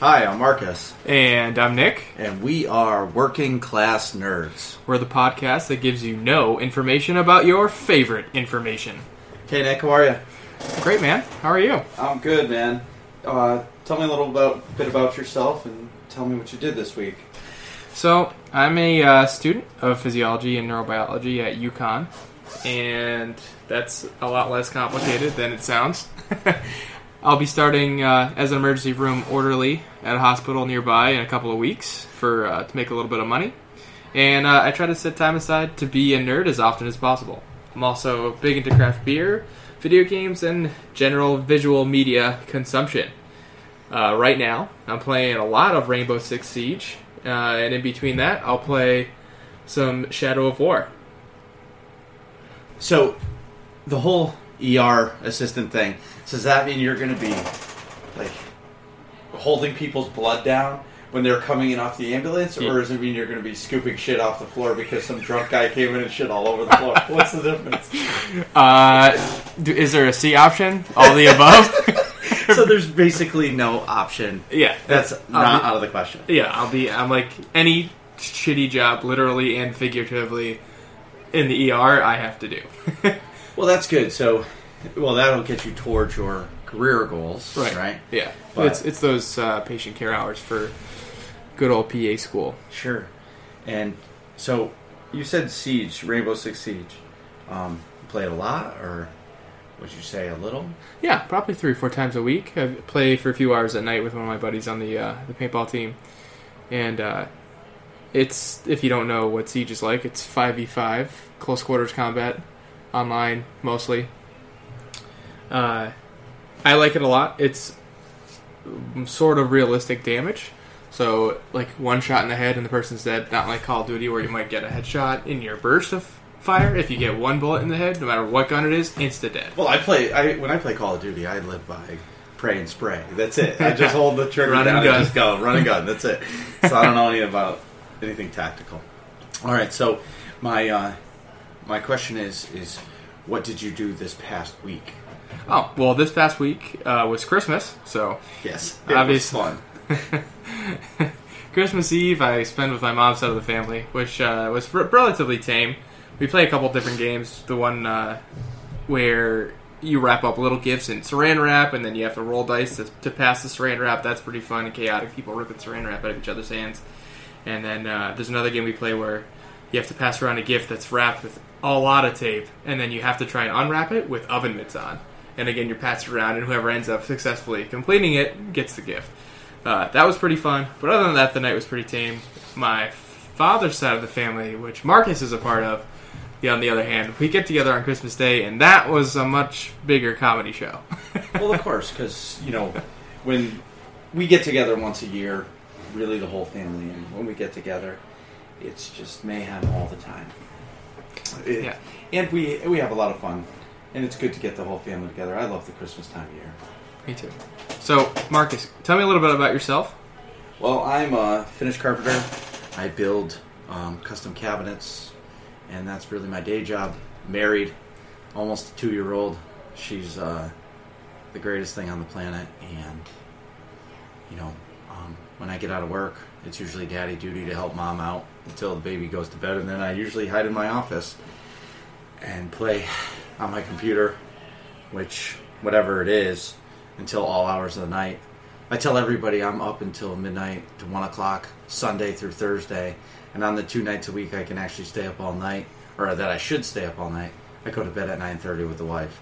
Hi, I'm Marcus, And I'm Nick. and we are Working Class Nerds. We're the podcast that gives you no information about your favorite information. Hey, Nick, how are you? Great, man. How are you? I'm good, man. Uh, tell me a little about, bit about yourself and tell me what you did this week. So, I'm a uh, student of physiology and neurobiology at UConn, and that's a lot less complicated than it sounds. I'll be starting uh, as an emergency room orderly at a hospital nearby in a couple of weeks for uh, to make a little bit of money, and uh, I try to set time aside to be a nerd as often as possible. I'm also big into craft beer, video games, and general visual media consumption. Uh, right now, I'm playing a lot of Rainbow Six Siege, uh, and in between that, I'll play some Shadow of War. So, the whole ER assistant thing, so does that mean you're going to be, like, holding people's blood down? When they're coming in off the ambulance, Yeah. or does it mean you're going to be scooping shit off the floor because some drunk guy came in and shit all over the floor? What's the difference? Uh, d- is there a C option? All the above? so there's basically no option. yeah, That's I'll not be- out of the question. yeah, I'll be. I'm like any shitty job, literally and figuratively, in the ER. I have to do. Well, that's good. So, well, that'll get you towards your career goals, right? Yeah. But- It's it's those uh, patient care hours for good old PA school. Sure. And so you said Siege, Rainbow Six Siege. Um, you played a lot, or would you say a little? Yeah, probably three or four times a week. I play for a few hours at night with one of my buddies on the uh, the paintball team, and uh, it's if you don't know what Siege is like, it's five v five, close quarters combat, online mostly. Uh, I like it a lot. It's sort of realistic damage, so like one shot in the head and the person's dead. Not like Call of Duty where you might get a headshot in your burst of fire. If you get one bullet in the head, no matter what gun it is, insta dead. Well, I play. I when I play Call of Duty, I live by pray and spray. That's it. I just hold the trigger Run and down and gun. just go run and gun. That's it. So I don't know anything about anything tactical. All right. So my uh, my question is is what did you do this past week? Oh well, this past week uh, was Christmas, so Yes, Obviously. It was fun. Christmas Eve I spent with my mom's side of the family, which uh, was r- relatively tame. We play a couple different games. The one uh, where you wrap up little gifts in saran wrap, and then you have to roll dice to, to pass the saran wrap. That's pretty fun and chaotic. People ripping saran wrap out of each other's hands. And then uh, there's another game we play where you have to pass around a gift that's wrapped with a lot of tape, and then you have to try and unwrap it with oven mitts on. And again, you're passed around, and whoever ends up successfully completing it gets the gift. Uh, that was pretty fun. But other than that, the night was pretty tame. My father's side of the family, which Marcus is a part of, yeah, on the other hand, we get together on Christmas Day, and that was a much bigger comedy show. well, of course, because you know when we get together once a year, really the whole family, and when we get together, it's just mayhem all the time. It- Yeah. and we we have a lot of fun, and it's good to get the whole family together. I love the Christmas time of year. Me too. So, Marcus, tell me a little bit about yourself. Well, I'm a finished carpenter. I build um, custom cabinets, and that's really my day job. Married, almost a two year old. She's uh, the greatest thing on the planet, and you know, um, when I get out of work, it's usually daddy duty to help mom out until the baby goes to bed, and then I usually hide in my office and play on my computer, which, whatever it is, until all hours of the night. I tell everybody I'm up until midnight to 1 o'clock, Sunday through Thursday, and on the two nights a week I can actually stay up all night, or that I should stay up all night. I go to bed at 9.30 with the wife.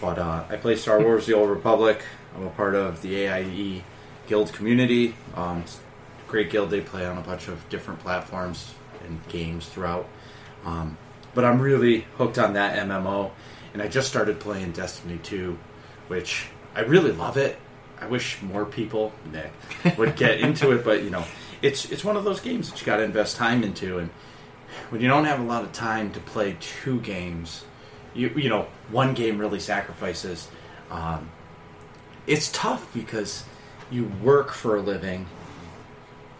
But uh, I play Star Wars The Old Republic. I'm a part of the AIE Guild community. Um, it's a great guild. They play on a bunch of different platforms and games throughout. Um, but I'm really hooked on that MMO, and I just started playing Destiny 2, which I really love it. I wish more people Nick, would get into it, but you know, it's it's one of those games that you got to invest time into, and when you don't have a lot of time to play two games, you you know, one game really sacrifices. Um, it's tough because you work for a living,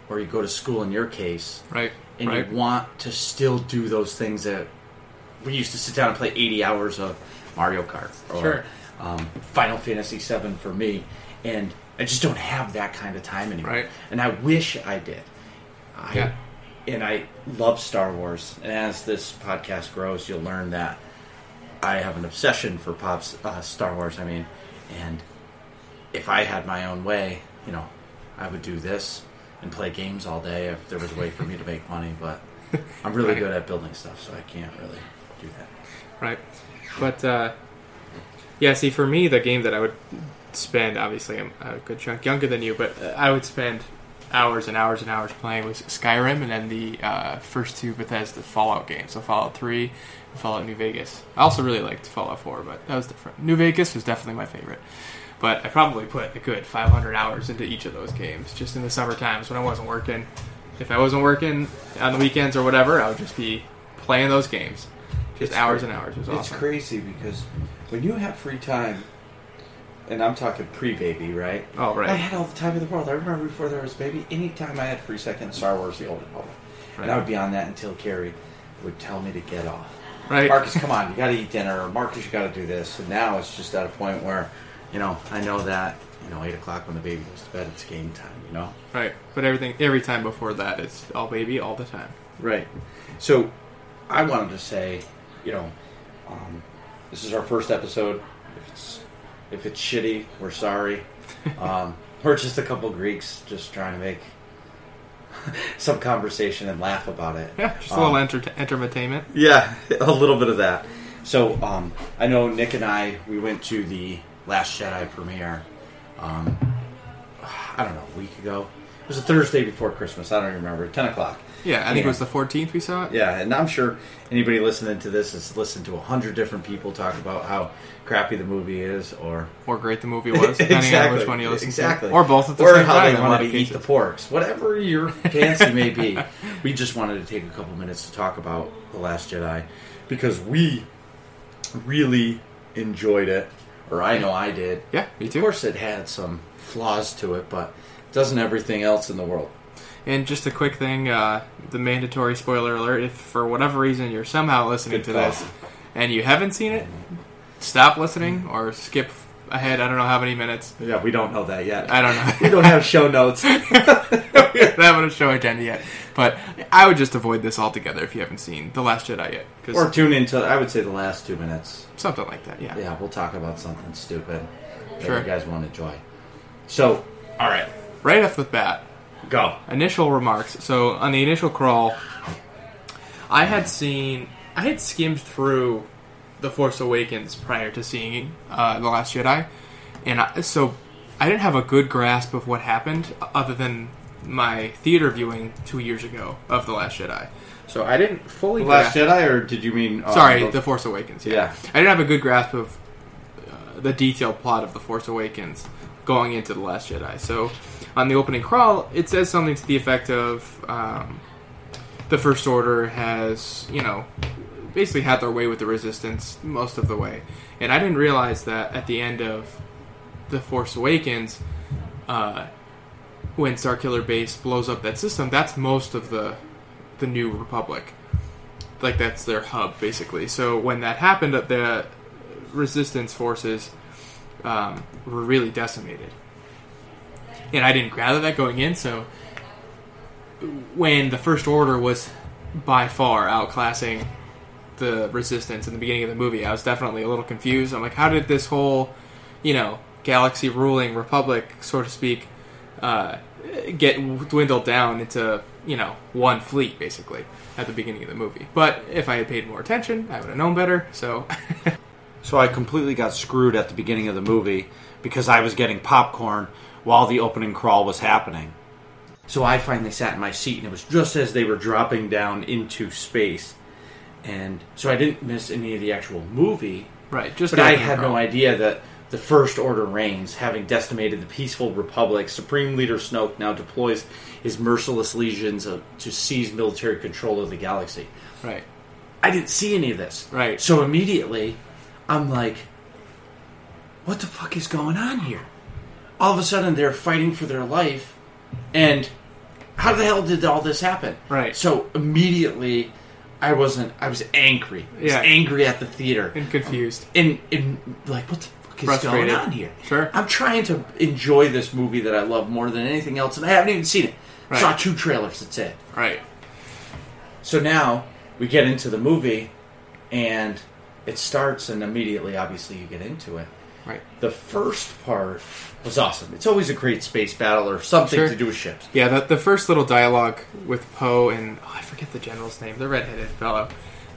or you go to school in your case, Right. and right. you want to still do those things that we used to sit down and play 80 hours of Mario Kart or Sure. um, Final Fantasy VII for me, and I just don't have that kind of time anymore. Right. And I wish I did. I, Yeah. And I love Star Wars. And as this podcast grows, you'll learn that I have an obsession for pops uh, Star Wars. I mean, and if I had my own way, you know, I would do this and play games all day if there was a way for me to make money. But I'm really Right. good at building stuff, so I can't really do that. right? But uh, yeah, see, for me, the game that I would spend, obviously, I'm a good chunk younger than you, but uh, I would spend hours and hours and hours playing was Skyrim, and then the uh, first two Bethesda Fallout games, so Fallout Three, and Fallout New Vegas. I also really liked Fallout Four, but that was different. New Vegas was definitely my favorite. But I probably put a good 500 hours into each of those games just in the summer times when I wasn't working. If I wasn't working on the weekends or whatever, I would just be playing those games. Just It's hours cra- and hours. It was It's awesome. crazy because when you have free time, and I'm talking pre-baby, right? Oh, right. I had all the time in the world. I remember before there was baby, any time I had free second, Star Wars: The Old Republic, and I Right. would be on that until Carrie would tell me to get off. Right. Marcus, come on, you got to eat dinner. Or Marcus, you got to do this. And now it's just at a point where, you know, I know that you know eight o'clock when the baby goes to bed, it's game time. You know. Right. But everything every time before that it's all baby all the time. Right. So, I wanted to say, you know, um, this is our first episode. If it's if it's shitty, we're sorry. Um, we're just a couple Greeks just trying to make some conversation and laugh about it. Yeah, just Um, a little enter- entertainment. Yeah, a little bit of that. So um, I know Nick and I we went to the Last Jedi premiere. Um, I don't know, a week ago. It was a Thursday before Christmas. I don't even remember. Ten o'clock. Yeah, I think Yeah. it was the 14th we saw it. Yeah, and I'm sure anybody listening to this has listened to a hundred different people talk about how crappy the movie is, or Or great the movie was, depending on which one you listen exactly, to. Or both at the or same how time. they in a lot wanted of to eat the cases. porks, whatever your fancy may be. We just wanted to take a couple minutes to talk about the Last Jedi because we really enjoyed it, or I know I did. Yeah, me Of too. course, it had some flaws to it, but doesn't everything else in the world? And just a quick thing, uh, the mandatory spoiler alert, if for whatever reason you're somehow listening Good to call. this and you haven't seen it, stop listening or skip ahead I don't know how many minutes. Yeah, we don't know that yet. I don't know. we don't have show notes. that would have show agenda yet. But I would just avoid this altogether if you haven't seen The Last Jedi yet. 'cause- Or tune into, I would say, the last two minutes. something like that, yeah. Yeah, we'll talk about something stupid that Sure. you guys won't enjoy. So, all right, Right off the bat, go. initial remarks. So on the initial crawl, I had seen, I had skimmed through The Force Awakens prior to seeing uh, The Last Jedi, and I, so I didn't have a good grasp of what happened uh, other than my theater viewing two years ago of The Last Jedi. So I didn't fully The Last grasp- Jedi, or did you mean? uh, Sorry, both- The Force Awakens. Yeah. Yeah. I didn't have a good grasp of uh, the detailed plot of The Force Awakens going into The Last Jedi. So, on the opening crawl, it says something to the effect of um, the First Order has, you know, basically had their way with the Resistance most of the way. And I didn't realize that at the end of The Force Awakens, uh, when Starkiller Base blows up that system, that's most of the the New Republic like that's their hub basically. So when that happened, the resistance forces um, were really decimated, and I didn't gather that going in. So when the first order was by far outclassing the resistance in the beginning of the movie, I was definitely a little confused. I'm like, how did this whole, you know, galaxy ruling republic, so to speak, uh, get dwindled down into you know one fleet basically at the beginning of the movie. But if I had paid more attention, I would have known better. So So I completely got screwed at the beginning of the movie because I was getting popcorn while the opening crawl was happening. So I finally sat in my seat, and it was just as they were dropping down into space. And so I didn't miss any of the actual movie, right, just But I opening had no crawl. idea that the First Order reigns, having decimated the peaceful Republic. Supreme Leader Snoke now deploys his merciless legions of, to seize military control of the galaxy. Right, I didn't see any of this. Right. So immediately, I'm like, what the fuck is going on here? All of a sudden, they're fighting for their life, and how the hell did all this happen? Right. So immediately, I wasn't. I was angry. I was Yeah. angry at the theater and confused. and and like what the fuck fuck is going Frustrated. on here? Sure. I'm trying to enjoy this movie that I love more than anything else, and I haven't even seen it. Right. Saw two trailers. That's it. Right. So now we get into the movie, and it starts, and immediately, obviously, you get into it. Right. The first part was awesome. It's always a great space battle or something Sure. to do with ships. Yeah, the, the first little dialogue with Poe and oh, I forget the general's name, the redheaded fellow,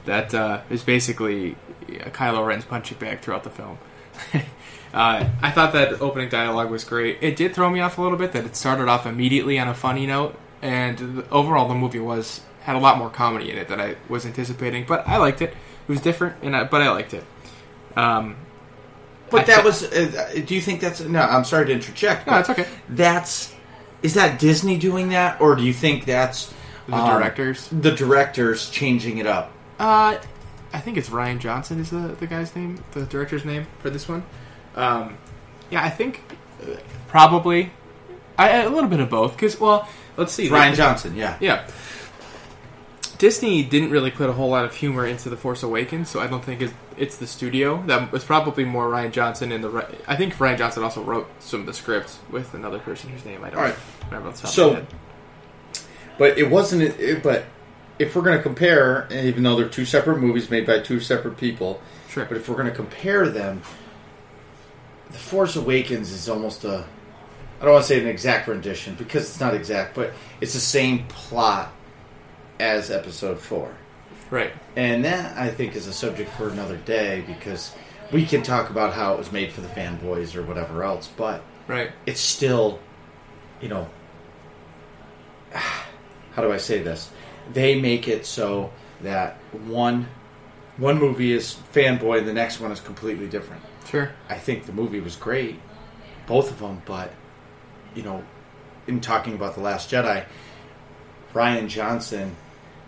that uh, is basically uh, Kylo Ren's punching bag throughout the film. uh, I thought that opening dialogue was great. It did throw me off a little bit that it started off immediately on a funny note, and the, overall the movie was had a lot more comedy in it than I was anticipating. But I liked it. It was different, and I, but I liked it. Um, But I- that was. Uh, uh, do you think that's? No, I'm sorry to interject. no, but it's okay. That's. Is that Disney doing that, or do you think that's The um, directors. the directors changing it up? Uh, I think it's Ryan Johnson is the, the guy's name, the director's name for this one. Um, yeah, I think uh, probably I, a little bit of both. Because well, let's see, Ryan Johnson, yeah. Yeah, Disney didn't really put a whole lot of humor into the Force Awakens, so I don't think it's, it's the studio that was probably more Ryan Johnson and the. ri- I think Ryan Johnson also wrote some of the scripts with another person whose name I don't All right. remember. off the top of my So, head. but it wasn't. It, but if we're going to compare, and even though they're two separate movies made by two separate people, Sure. But if we're going to compare them, The Force Awakens is almost a. I don't want to say an exact rendition because it's not exact, but it's the same plot as Episode Four, right, and that I think is a subject for another day because we can talk about how it was made for the fanboys or whatever else, but right, it's still, you know, how do I say this? They make it so that one one movie is fanboy, the next one is completely different. sure, I think the movie was great, both of them, but you know, in talking about the Last Jedi, Ryan Johnson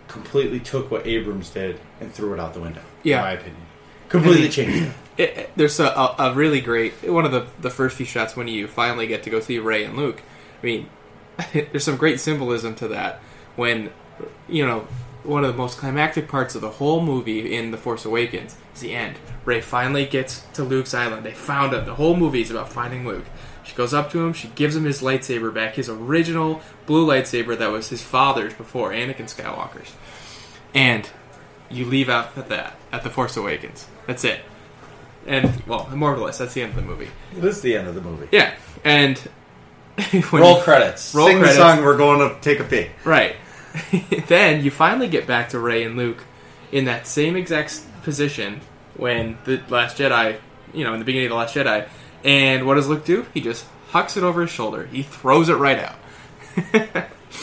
completely took what Abrams did and threw it out the window. Yeah. in my opinion, completely changed it. it, it- there's a, a, a really great one of the the first few shots when you finally get to go see Ray and Luke. I mean, there's some great symbolism to that when you know one of the most climactic parts of the whole movie in The Force Awakens is the end. Ray finally gets to Luke's island. They found him. The whole movie is about finding Luke. She goes up to him. She gives him his lightsaber back, his original blue lightsaber that was his father's before Anakin Skywalker's. And you leave out at that at The Force Awakens. That's it. And well, more or less, that's the end of the movie. This is the end of the movie. Yeah, and when Roll you- credits. Roll Sing credits. the song. We're going to take a pee. Right. then you finally get back to Ray and Luke in that same exact s- position when the Last Jedi, you know, in the beginning of the Last Jedi. And what does Luke do? He just hucks it over his shoulder. He throws it right out.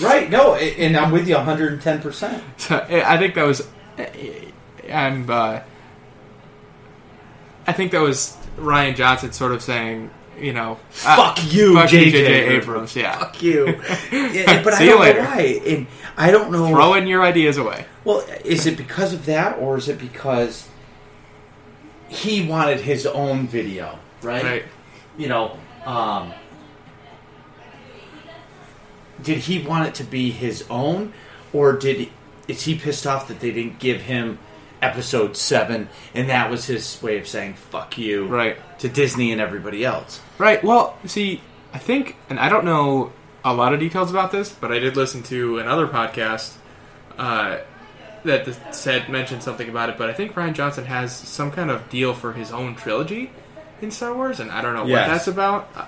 Right. No, a- and I'm with you 110. percent So eh, I I think that was, eh, I'm, uh, I think that was Ryan Johnson sort of saying, you know, uh, Fuck you, fuck you, JJ J.J. Abrams. Abrams. Yeah, Fuck you. Yeah, but See I you don't later. know why. And I don't know. throwing your ideas away. Well, is it because of that, or is it because he wanted his own video? Right. Right. You know. Um, did he want it to be his own, or did is he pissed off that they didn't give him episode seven, and that was his way of saying "fuck you" Right. to Disney and everybody else? Right. Well, see, I think, and I don't know a lot of details about this, but I did listen to another podcast uh, that th- said mentioned something about it. But I think Ryan Johnson has some kind of deal for his own trilogy in Star Wars, and I don't know Yes. what that's about. I-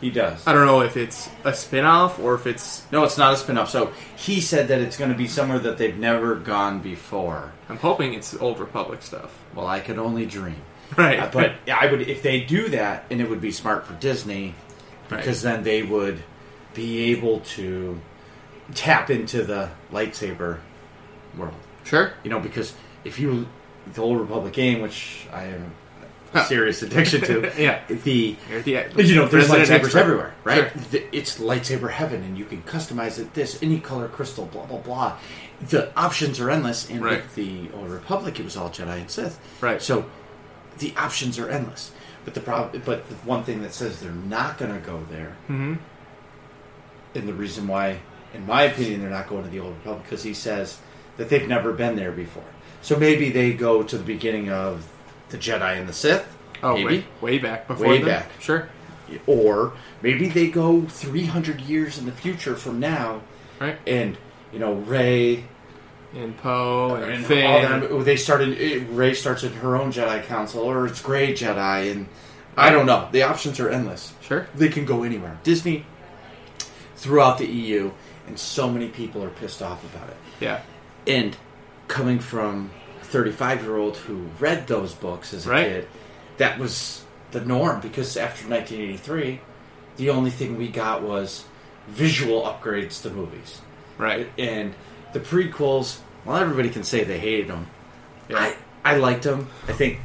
He does. I don't know if it's a spin-off or if it's. No, it's not a spin off. So he said that it's going to be somewhere that they've never gone before. I'm hoping it's Old Republic stuff. Well, I could only dream. Right. Uh, But I would, if they do that, and it would be smart for Disney, Right. because then they would be able to tap into the lightsaber world. sure. You know, because if you the old Republic game, which I am Huh. a serious addiction to, Yeah. the You're the you know, there's resident lightsabers expert. everywhere, right? Sure. Th It's lightsaber heaven, and you can customize it this any color, crystal, blah blah blah. The options are endless, and Right. with the Old Republic, it was all Jedi and Sith, Right. So the options are endless. But the problem, but the one thing that says they're not going to go there, Mhm. and the reason why, in my opinion, they're not going to the Old Republic because he says that they've never been there before. So maybe they go to the beginning of the Jedi and the Sith, Oh, maybe. way, way back before Way then? back. Sure. Or maybe they go 300 years in the future from now, Right. and you know Ray And Poe and, and Finn. all them. They started. Ray starts in her own Jedi Council, or it's Gray Jedi, and I don't know. The options are endless. Sure. They can go anywhere. Disney throughout the EU, and so many people are pissed off about it. Yeah. And coming from a 35 year old who read those books as a Right. kid, that was the norm because after 1983, the only thing we got was visual upgrades to movies. Right. And the prequels, well, everybody can say they hated them. Yeah. I, I liked them. I think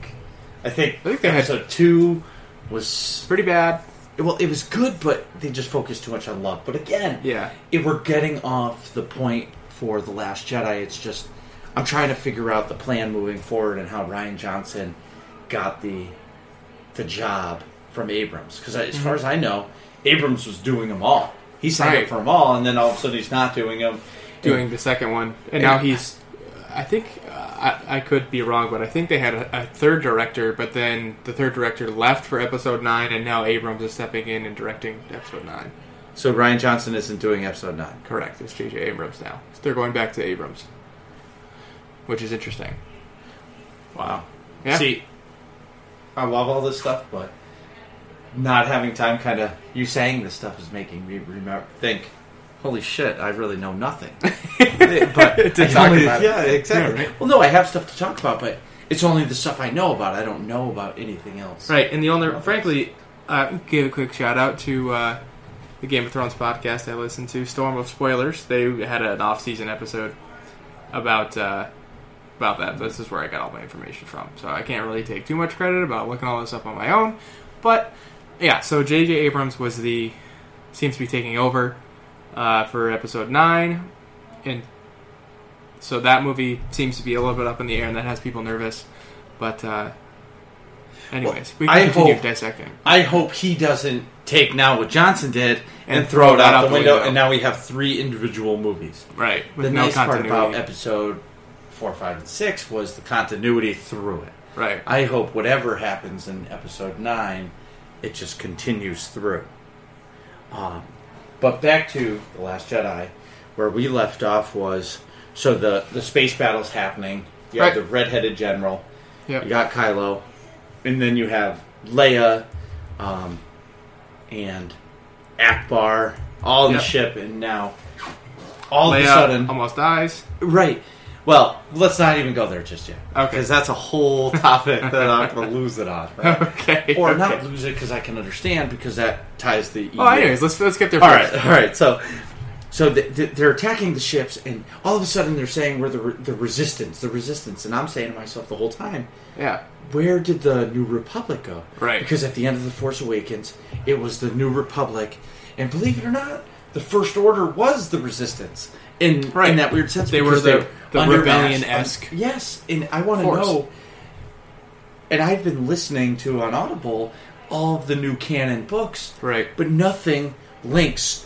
I think, I think they had- episode two was Pretty bad. well, it was good, but they just focused too much on love. But again, Yeah. if we're getting off the point for the last jedi it's just i'm trying to figure out the plan moving forward and how ryan johnson got the the job from abrams because as far as i know abrams was doing them all he signed Right. up for them all and then all of a sudden he's not doing them Doing the second one. And now he's. I think. Uh, I, I could be wrong, but I think they had a, a third director, but then the third director left for episode 9, and now Abrams is stepping in and directing episode 9. so ryan johnson isn't doing episode 9 Correct. It's J.J. Abrams now. So they're going back to Abrams, which is interesting. wow Yeah. see i love all this stuff but not having time kind of you saying this stuff is making me remember think holy shit i really know nothing but To I talk only- about it. yeah, exactly. Yeah, right. Well, no, I have stuff to talk about, but it's only the stuff I know about. I don't know about anything else. Right, and the only, frankly, uh, give a quick shout out to uh, the Game of Thrones podcast I listened to, Storm of Spoilers. They had an off-season episode about uh, about that. This is where I got all my information from, so I can't really take too much credit about looking all this up on my own. But yeah, so J.J. Abrams was the seems to be taking over uh, for episode nine, and so that movie seems to be a little bit up in the air, and that has people nervous. But uh, anyways, we I can continue hope- dissecting. I hope he doesn't take now what Johnson did and, And throw it out, the window, and now we have three individual movies. Right. With the no nice continuity. part about episode four, five, and six was the continuity through it. right. I hope whatever happens in episode nine, it just continues through. Um, but back to the Last Jedi, where we left off was so the the space battle's happening. You have Right. the redheaded general. Yep. You got Kylo, and then you have Leia, um, and Akbar all in the Yep. ship, and now all Leia of a sudden, almost dies. Right. Well, let's not even go there just yet. Okay. Because that's a whole topic that I'm going to lose it on. Right? Okay. Or okay. not lose it because I can understand because that ties the. E Oh, anyways, let's let's get there All first. right. All right. So. So th- th- they're attacking the ships, and all of a sudden they're saying we're the, re- the resistance, the resistance. And I'm saying to myself the whole time, Yeah. where did the New Republic go? Right. Because at the end of The Force Awakens, it was the New Republic. And believe it or not, the First Order was the Resistance in, Right. in that weird sense. They because were the- they're the under- rebellion-esque Yes, and I want to force. know. And I've been listening to on Audible all of the new canon books, Right. but nothing links.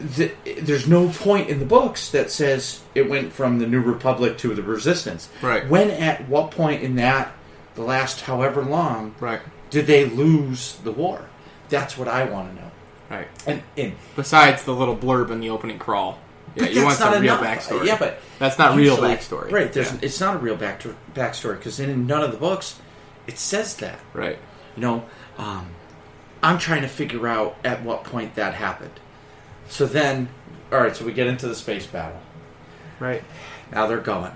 The, there's no point in the books that says it went from the New Republic to the Resistance. Right. When at what point in that, the last however long, Right. did they lose the war? That's what I want to know. Right. And, and Besides the little blurb in the opening crawl. Yeah, But you want that's not some real enough. backstory. Yeah, but that's not real usually- backstory. Right. There's, Yeah. It's not a real back backstory because in none of the books it says that. Right. You know, um, I'm trying to figure out at what point that happened. So then, all right, so we get into the space battle. Right. Now they're going.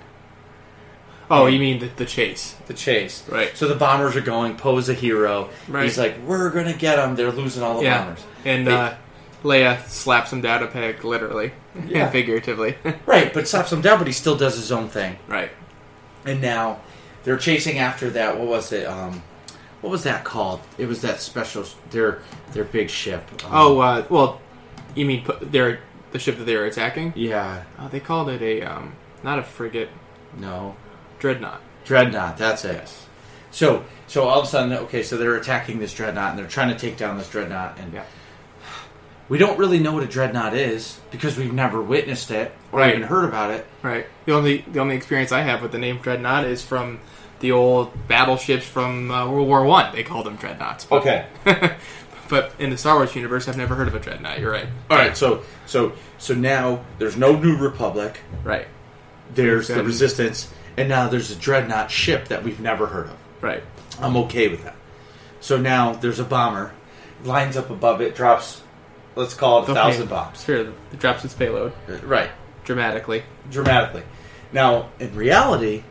Oh, you mean the, the chase? The chase. Right. So the bombers are going. Poe's a hero. Right. He's like, we're going to get them. They're losing all the yeah. bombers. And They- uh, Leia slaps him down a peg, literally Yeah. and figuratively. Right, but slaps them down, but he still does his own thing. right. And now they're chasing after that. What was it? Um, what was that called? It was that special, their their big ship. Um, Oh uh, well, you mean pu- they're the ship that they were attacking? yeah. Oh, they called it a um, not a frigate, No. dreadnought. Dreadnought, that's it. So, so all of a sudden, okay, so they're attacking this dreadnought and they're trying to take down this dreadnought, and Yeah. we don't really know what a dreadnought is because we've never witnessed it or Right. even heard about it. Right. The only the only experience I have with the name Dreadnought is from the old battleships from uh, World War One. They called them dreadnoughts. But, Okay. but in the Star Wars universe, I've never heard of a dreadnought. You're right. All right. So so so now there's no New Republic. Right. There's the Seven. Resistance, and now there's a dreadnought ship that we've never heard of. Right. I'm Oh. okay with that. So now there's a bomber, lines up above it, drops. Let's call it a thousand Okay. bombs. Sure. It drops its payload Right. dramatically. dramatically. Now, in reality,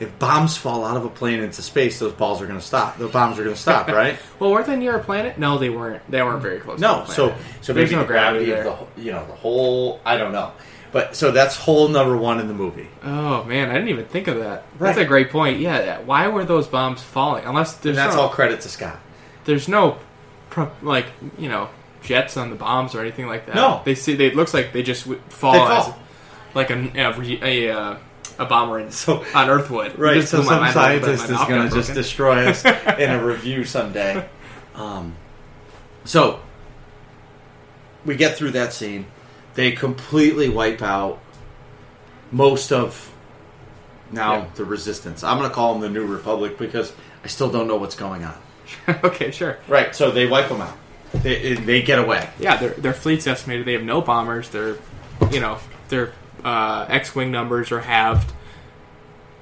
if bombs fall out of a plane into space, those balls are going to stop. The bombs are going to stop, right? Well, weren't they near a planet? No, they weren't. They weren't very close. no. to the So, planet. so Oh, There's maybe no the gravity, gravity of the there. whole- you know the whole I don't know, but so that's hole number one in the movie. Oh man, I didn't even think of that. That's Right. a great point. Yeah, that- why were those bombs falling? Unless there's And that's no, all credit to Scott. there's no pro- like you know jets on the bombs or anything like that. No. they see. They it looks like they just w- fall, They as- fall. like a a, re- a, uh, a bomber in, So- on Earthwood. Right. Just So blew my some mind a little scientist bit. My is mouth going got to just broken. destroy us in a review someday. Um, so we get through that scene. They completely wipe out most of now Yeah. the resistance. I'm going to call them the New Republic because I still don't know what's going on. okay, sure. Right. So they wipe them out. They, they get away. Yeah, their their fleet's estimated. They have no bombers. Their you know their uh, X-wing numbers are halved,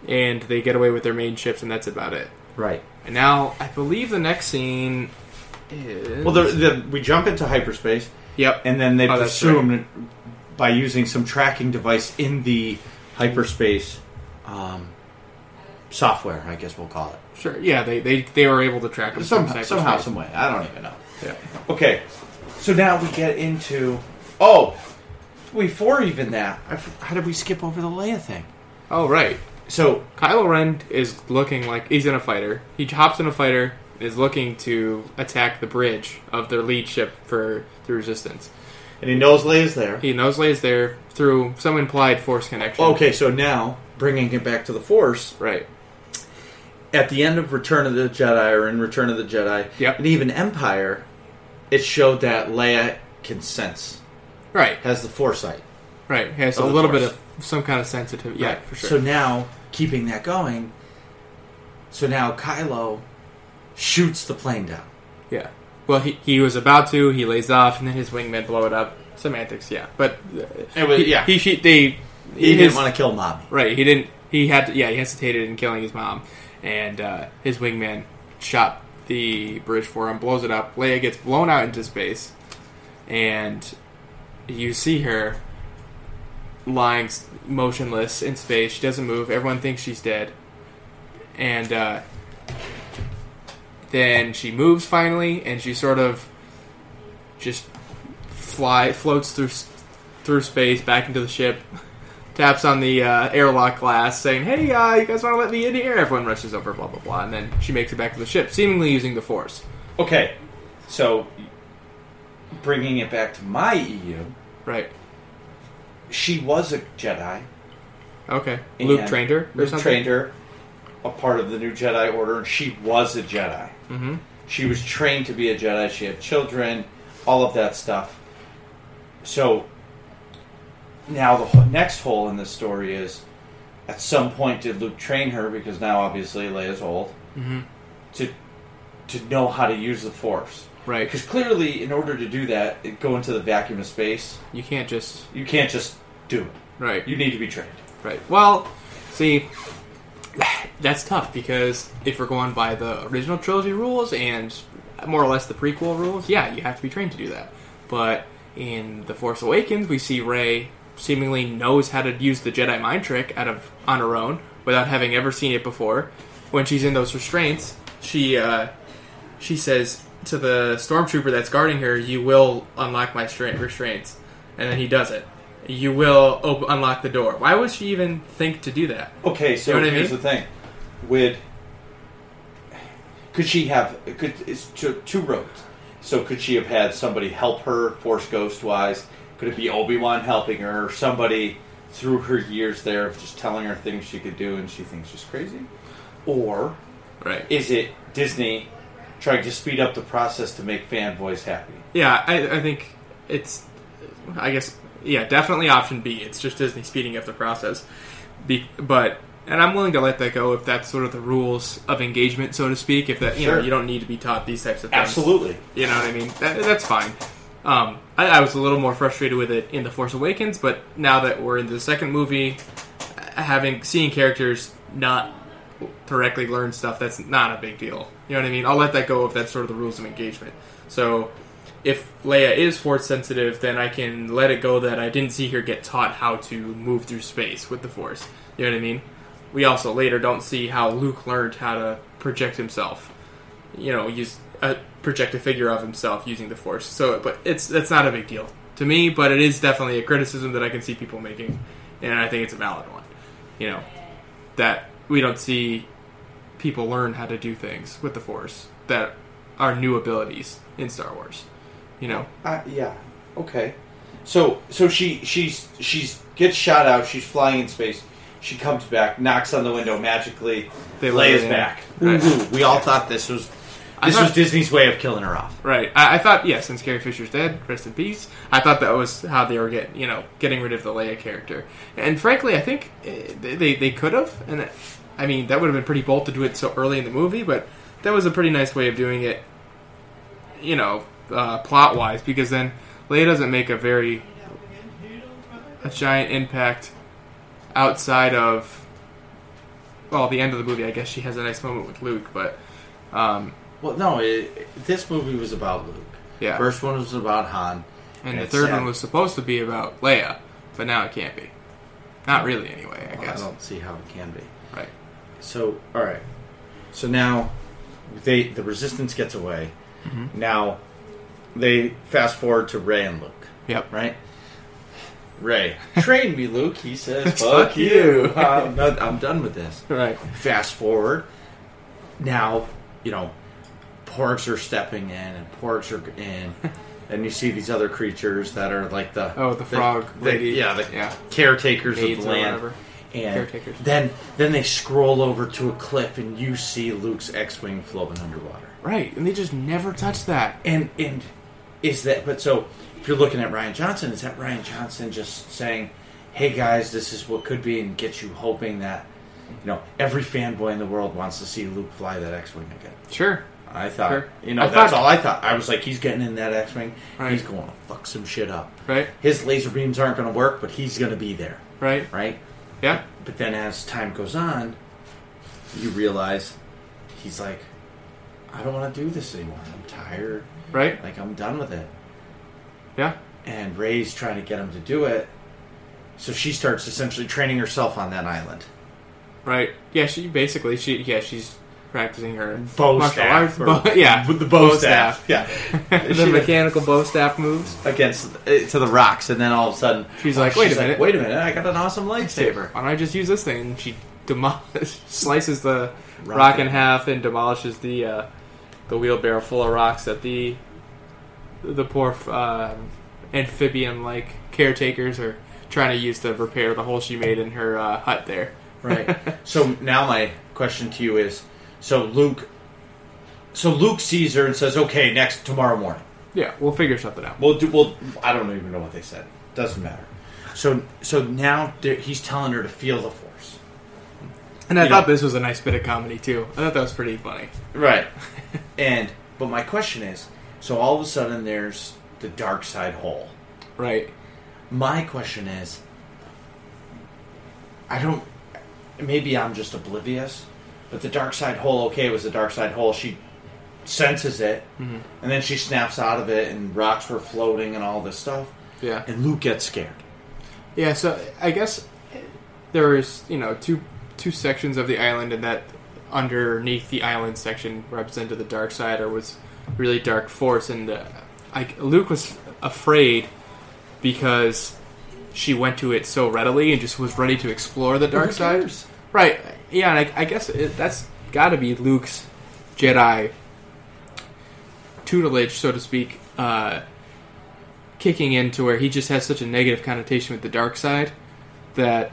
and they get away with their main ships, and that's about it. Right. And now I believe the next scene is Well, the, the, we jump into hyperspace. yep and then they Oh, that's presume by using some tracking device in the hyperspace um, software, I guess we'll call it. sure yeah they, they they were able to track them Some, from cyberspace. somehow, some way. I don't even know. yeah. Okay, so now we get into oh, before even that, I f how did we skip over the Leia thing? oh right So Kylo Ren is looking like he's in a fighter he hops in a fighter is looking to attack the bridge of their lead ship for the resistance and he knows Leia's there. he knows Leia's there through some implied force connection Okay, so now bringing it back to the Force, right at the end of Return of the Jedi or in Return of the Jedi, Yep. and even Empire, it showed that Leia can sense, right has the foresight. right has Of a the little bit Force. of some kind of sensitivity yeah Right. for sure So now, keeping that going, so now Kylo shoots the plane down. Yeah. Well, he, he was about to. He lays off, and then his wingmen blow it up. Semantics, yeah. But uh, It was- he, yeah. he, she- they He his- didn't want to kill mommy. right. He didn't. He had to, yeah. He hesitated in killing his mom, and uh, his wingman shot the bridge for him, blows it up. Leia gets blown out into space, and you see her lying s- motionless in space. She doesn't move. Everyone thinks she's dead. And uh, then she moves finally, and she sort of just fly floats through s- through space back into the ship. Taps on the uh, airlock glass, saying, "Hey, uh, you guys want to let me in here?" Everyone rushes over, blah blah blah, and then she makes it back to the ship, seemingly using the force. Okay, so bringing it back to my EU, Right? she was a Jedi. Okay. and Luke trained her, or Luke something. trained her, a part of the new Jedi Order, and she was a Jedi. hmm She was trained to be a Jedi. She had children, all of that stuff. So now the ho- next hole in this story is: at some point, did Luke train her? Because now obviously Leia's old Mhm. to to know how to use the Force. Right. Because clearly, in order to do that, it- go into the vacuum of space, You can't just you can't just do it. right, You need to be trained. right. Well, see, that's tough because if we're going by the original trilogy rules and more or less the prequel rules, yeah, you have to be trained to do that. But in the Force Awakens, we see Rey seemingly knows how to use the Jedi mind trick out of on her own without having ever seen it before. When she's in those restraints, she uh, she says to the stormtrooper that's guarding her, "You will unlock my stra- restraints," and then he does it. You will op- unlock the door. Why would she even think to do that? Okay, so You know what I here's mean? the thing: would could she have could it's two, two roads? So could she have had somebody help her, Force Ghost wise? Could it be Obi Wan helping her, or somebody through her years there of just telling her things she could do, and she thinks she's crazy? Or Right. is it Disney trying to speed up the process to make fanboys happy? Yeah, I, I think it's, I guess, yeah, definitely option B. It's just Disney speeding up the process, Be, but and I'm willing to let that go if that's sort of the rules of engagement, so to speak. If that you Sure. know you don't need to be taught these types of things. Absolutely. You know what I mean? That, that's fine. Um, I, I was a little more frustrated with it in The Force Awakens, but now that we're in the second movie, uh, having seeing characters not directly learn stuff, that's not a big deal. You know what I mean? I'll let that go if that's sort of the rules of engagement. So if Leia is force sensitive, then I can let it go that I didn't see her get taught how to move through space with the force. You know what I mean? We also later don't see how Luke learned how to project himself you know, use a project a figure of himself using the force. So, but it's that's not a big deal to me, but it is definitely a criticism that I can see people making, and I think it's a valid one. You know, that we don't see people learn how to do things with the force that are new abilities in Star Wars. You know, Uh, yeah. Okay. So so she she's she's gets shot out. She's flying in space. She comes back, knocks on the window magically. They let Leia's her in. back. Right. Ooh, we all thought this was I this thought- was Disney's way of killing her off. Right. I, I thought, yeah, since Carrie Fisher's dead, rest in peace. I thought that was how they were getting, you know, getting rid of the Leia character. And frankly, I think eh, they they could have. And it- I mean, that would have been pretty bold to do it so early in the movie, but that was a pretty nice way of doing it. You know, uh, plot wise, because then Leia doesn't make a very a giant impact outside of well, the end of the movie. I guess she has a nice moment with Luke, but um, Well, no, it, this movie was about Luke. yeah. First one was about Han. And the It's third sad. one was supposed to be about Leia, but now it can't be. Not really, anyway. I Well, I guess. don't see how it can be. Right. So all right. So now they the resistance gets away. Mm-hmm. Now they fast forward to Ray and Luke. Yep. right? Ray, train me, Luke. He says, Fuck "Fuck you." you. I'm, not, I'm done with this." Right. Fast forward. Now, you know, porgs are stepping in, and porgs are in, and you see these other creatures that are like the Oh, the frog lady. yeah, the Yeah. caretakers of Maids or the land. whatever. And Caretakers. then, then they scroll over to a cliff, and you see Luke's X-wing floating underwater. Right. And they just never touched that. And and is that but so if you're looking at Ryan Johnson, is that Ryan Johnson just saying, "Hey guys, this is what could be," and get you hoping that you know every fanboy in the world wants to see Luke fly that X-wing again? Sure. I thought Sure. you know I that's thought- all I thought. I was like, he's getting in that X-wing. Right. He's going to fuck some shit up. Right. His laser beams aren't going to work, but he's going to be there, Right. right? Yeah. But then as time goes on, you realize he's like, I don't want to do this anymore. I'm tired. Right. Like I'm done with it. Yeah. And Ray's trying to get him to do it. So she starts essentially training herself on that island. Right. Yeah. She basically she yeah she's practicing her Bow martial staff, arts- or- bow- yeah. with the bow, staff. Yeah, the She- mechanical bow staff moves. against uh, to the rocks, and then all of a sudden She's like, "Wait a minute." wait a minute, I got an awesome lightsaber." Why don't I just use this thing? And she demol- slices the rock, Rock in in half and demolishes the uh, the wheelbarrow full of rocks that the the poor uh, amphibian like caretakers are trying to use to repair the hole she made in her uh, hut there. right. So now my question to you is: so Luke, so Luke sees her and says, "Okay, next tomorrow morning." Yeah, we'll figure something out. We'll do. Well, I don't even know what they said. Doesn't matter. So so now there- he's telling her to feel the force. And I You thought know- this was a nice bit of comedy too. I thought that was pretty funny. Right. and but my question is, so all of a sudden there's the dark side hole. Right. My question is, I don't. Maybe I'm just oblivious, but the dark side hole. Okay, it was the dark side hole. She senses it, Mm-hmm. and then she snaps out of it, and rocks were floating and all this stuff. Yeah. And Luke gets scared. Yeah, so I guess there is you know two two sections of the island, and that underneath the island section represented the dark side, or was really dark force, and uh, I, Luke was afraid because she went to it so readily and just was ready to explore the dark Who side. cares? Right? Yeah, and I, I guess it, that's got to be Luke's Jedi tutelage, so to speak, uh, kicking in to where he just has such a negative connotation with the dark side that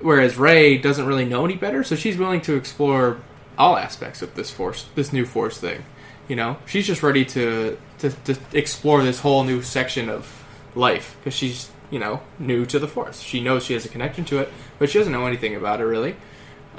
whereas Ray doesn't really know any better, so she's willing to explore all aspects of this force, this new force thing. You know, she's just ready to to, to explore this whole new section of life because she's you know new to the Force. She knows she has a connection to it, but she doesn't know anything about it really.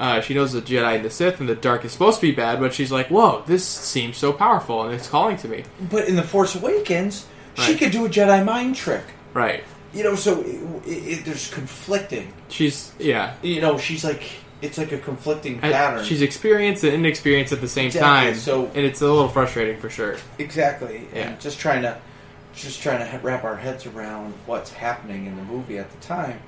Uh, she knows the Jedi and the Sith and the Dark is supposed to be bad, but she's like, "Whoa, this seems so powerful and it's calling to me." But in the Force Awakens, she Right. could do a Jedi mind trick. Right? You know, so it, it, there's conflicting. She's yeah. You know, she's like it's like a conflicting I- pattern. she's experienced and inexperienced at the same Exactly, time, so- and it's a little frustrating for sure. exactly, Yeah. and just trying to just trying to wrap our heads around what's happening in the movie at the time.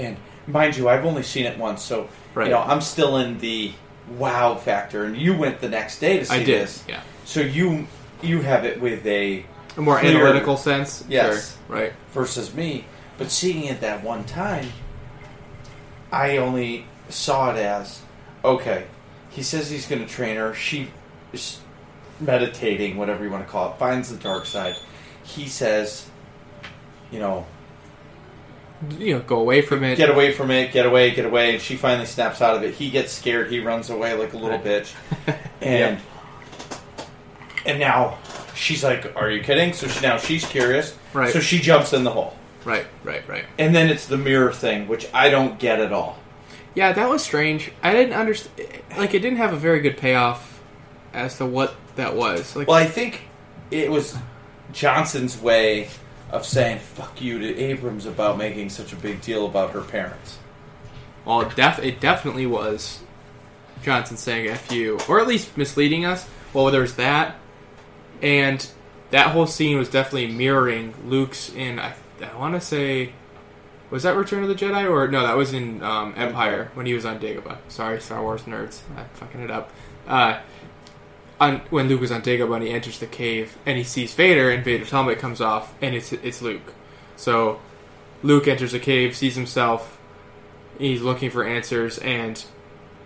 And mind you, I've only seen it once, so Right. you know I'm still in the wow factor. And you went the next day to see I did. this, Yeah. so you you have it with a A more Clear. analytical sense. Yes. Sure. Right. versus me. But seeing it that one time, I only saw it as okay. He says he's going to train her. She is meditating, whatever you want to call it, finds the dark side. He says, you know, You know, go away from it. get away from it, get away, get away. And she finally snaps out of it. He gets scared. He runs away like a little bitch. And and now she's like, "Are you kidding?" So she, now she's curious. Right. So she jumps in the hole. Right. Right. Right. And then it's the mirror thing, which I don't get at all. Yeah, that was strange. I didn't understand. Like, it didn't have a very good payoff as to what that was. Like, Well, I think it was Johnson's way of saying "fuck you" to Abrams about making such a big deal about her parents. well, it, def- it definitely was Johnson saying "f you," or at least misleading us. Well, there was that, and that whole scene was definitely mirroring Luke's in. I, I want to say, was that Return of the Jedi or no? That was in um, Empire when he was on Dagobah. Sorry, Star Wars nerds, I'm fucking it up. Uh, on, when Luke was on Dagobah, and he enters the cave and he sees Vader, and Vader's helmet comes off, and it's it's Luke. So Luke enters the cave, sees himself, he's looking for answers, and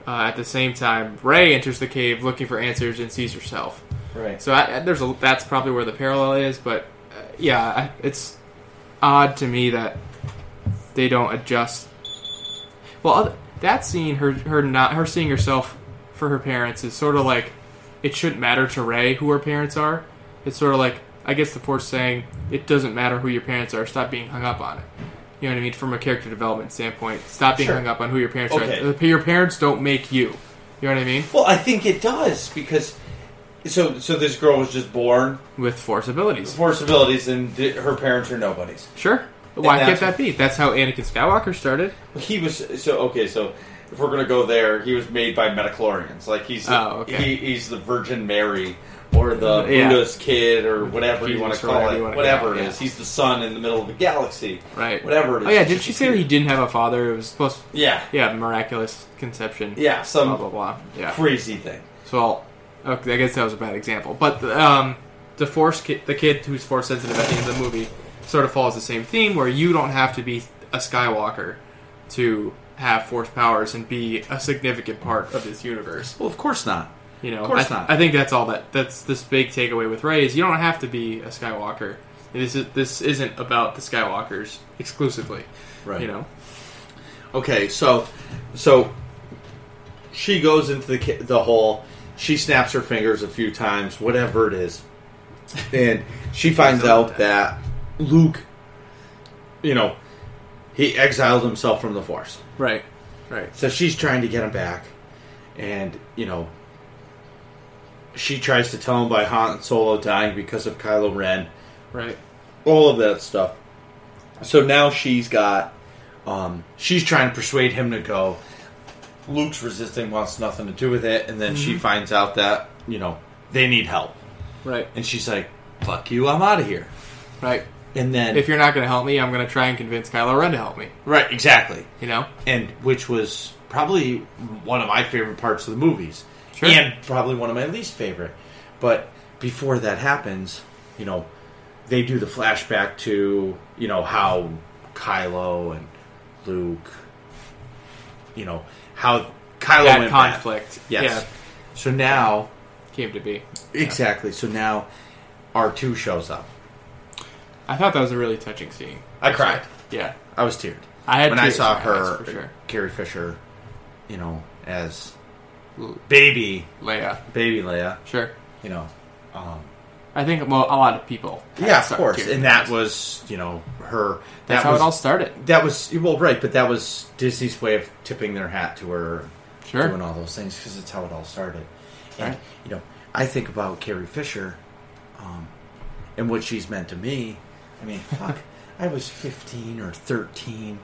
uh, at the same time, Ray enters the cave looking for answers and sees herself. Right. So I, I- there's a, that's probably where the parallel is, but uh, yeah, I, it's odd to me that they don't adjust. Well, other- that scene, her her not her seeing herself for her parents is sort of like it shouldn't matter to Ray who her parents are. It's sort of like I guess the force saying it doesn't matter who your parents are. Stop being hung up on it. You know what I mean? From a character development standpoint, stop being Sure. hung up on who your parents are. Okay. Your parents don't make you. You know what I mean? Well, I think it does because so so this girl was just born With force abilities. force abilities, and th- her parents are nobodies. Sure. Why And can't that's- that be? That's how Anakin Skywalker started. He was so okay. So if we're gonna go there, he was made by metachlorians. Like he's Oh, okay. he, he's the Virgin Mary or the Yeah. Buddha's kid or whatever you Jesus want or to call whatever it. you wanna whatever call it, it yeah. is, he's the sun in the middle of the galaxy. Right. Whatever it is. Oh yeah, did she say that he didn't have a father? It was supposed Yeah, yeah, miraculous conception. yeah, um, Blah some blah blah. Yeah. crazy thing. So okay, I guess that was a bad example. But the, um the force kid the kid who's force sensitive at the end of the movie sort of follows the same theme where you don't have to be a Skywalker to have force powers and be a significant part of this universe. Well, of course not. You know, Of course I, th- not. I think that's all that. That's this big takeaway with Ray is you don't have to be a Skywalker. This is this isn't about the Skywalkers exclusively. Right. You know. Okay, so so she goes into the ki- the hole. She snaps her fingers a few times, whatever it is, and she finds out that Luke, you know, he exiled himself from the Force. Right. Right. So she's trying to get him back, and you know, she tries to tell him by Han Solo dying because of Kylo Ren Right. all of that stuff. So now she's got, um, she's trying to persuade him to go. Luke's resisting, wants nothing to do with it, and then she finds out that you know they need help, Right. and she's like, "Fuck you, I'm out of here." Right. And then, If you're not going to help me, I'm going to try and convince Kylo Ren to help me. right, exactly, You know. and which was probably one of my favorite parts of the movies, Sure. and probably one of my least favorite. But before that happens, you know, they do the flashback to you know how Kylo and Luke, you know how Kylo That went back. conflict. Yes. So now, Yeah. Came to be. exactly. So now, R two shows up. I thought that was a really touching scene. I cried. Yeah. I was teared I had when I tears saw in my eyes, her, for sure. Carrie Fisher, you know, as L- baby Leia. baby Leia, Sure. you know, um, I think mo- a lot of people. had yeah, of started course. Kingsman. And that was, you know, her. that that's how was, it all started. That was well, right, but that was Disney's way of tipping their hat to her, Sure. doing all those things because it's how it all started. And Right. you know, I think about Carrie Fisher, um, and what she's meant to me. I mean, fuck, I was fifteen or thirteen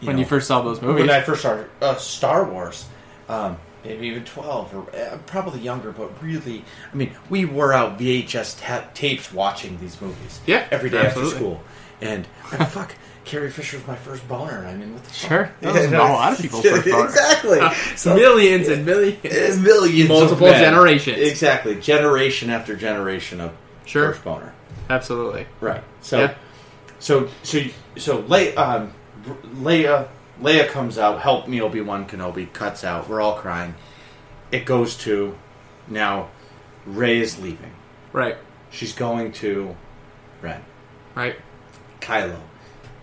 when you know, first saw those movies, when I first started uh, Star Wars, um, maybe even twelve or uh, probably younger, but really, I mean, we wore out VHS ta- tapes watching these movies. Yeah, every day absolutely. after school, and I, fuck, Carrie Fisher was my first boner. I mean, what the sure, fuck? that was not a lot of people. For exactly. So- millions and millions. it's millions, of Uh, Multiple men. generations. exactly, generation after generation of Sure. first boner. Absolutely. Right. So, Yeah. so, so, so, Le- um, R- Leia, Leia comes out. Help me, Obi Wan Kenobi. Cuts out. We're all crying. It goes to now. Ray is leaving. Right. She's going to Ren. Right. Kylo.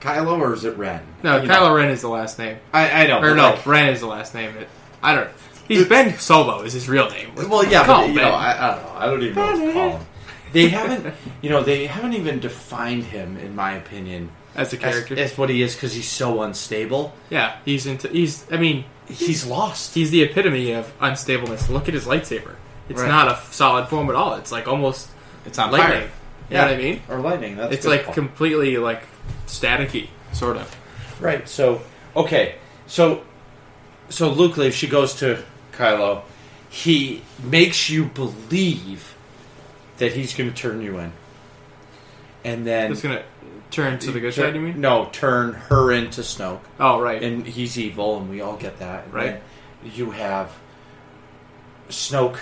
Kylo, or is it Ren? No, You Kylo know, Ren is the last name. I, I don't. Or but no, like- Ren is the last name. It, I don't. He's Ben Solo is his real name. well, yeah, Call but you Ben. know, I, I don't know. I don't even know what to call him. They haven't, you know, they haven't even defined him, in my opinion, as a as, character. as what he is because he's so unstable. yeah, he's into. He's. I mean, He's lost. he's the epitome of unstableness. Look at his lightsaber. It's Right. not a f- solid form at all. It's like almost It's on lightning. You Yeah. know what I mean? Or lightning. That's it's good like call. completely like staticky, sort of. right. So okay. So so Luke leaves. She goes to Kylo. He makes you believe that he's going to turn you in, and then It's gonna turn to the good Tur- side. You mean? No, turn her into Snoke, Oh right. and he's evil, and we all get that. And Right. then You have Snoke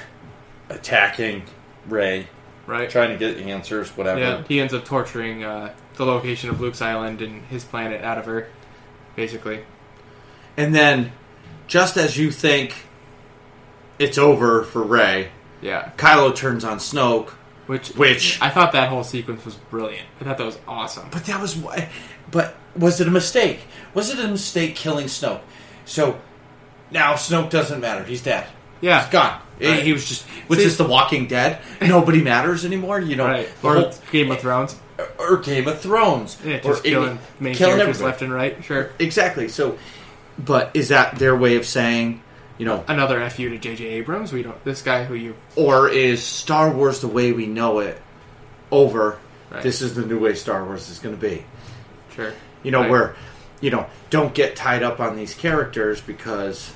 attacking Ray, right. trying to get answers, whatever. Yeah, uh, he ends up torturing uh, the location of Luke's island and his planet out of her, basically. And then, just as you think it's over for Ray, Yeah, Kylo turns on Snoke. which Which- I thought that whole sequence was brilliant. I thought that was awesome. But that was why. But was it a mistake? Was it a mistake killing Snoke? So now Snoke doesn't matter. He's dead. Yeah, He's gone. Right. He was just. Was See- this The Walking Dead? Nobody matters anymore. You know, right. the Or whole- Game of Thrones. or Game of Thrones. Yeah, or just killing main killing characters everybody. left and right. Sure. Exactly. So, but is that their way of saying, you know, Another fu to J.J. Abrams. We don't. This guy who you or is Star Wars the way we know it over? Right. This is the new way Star Wars is going to be. sure. You know, Right. where you know don't get tied up on these characters because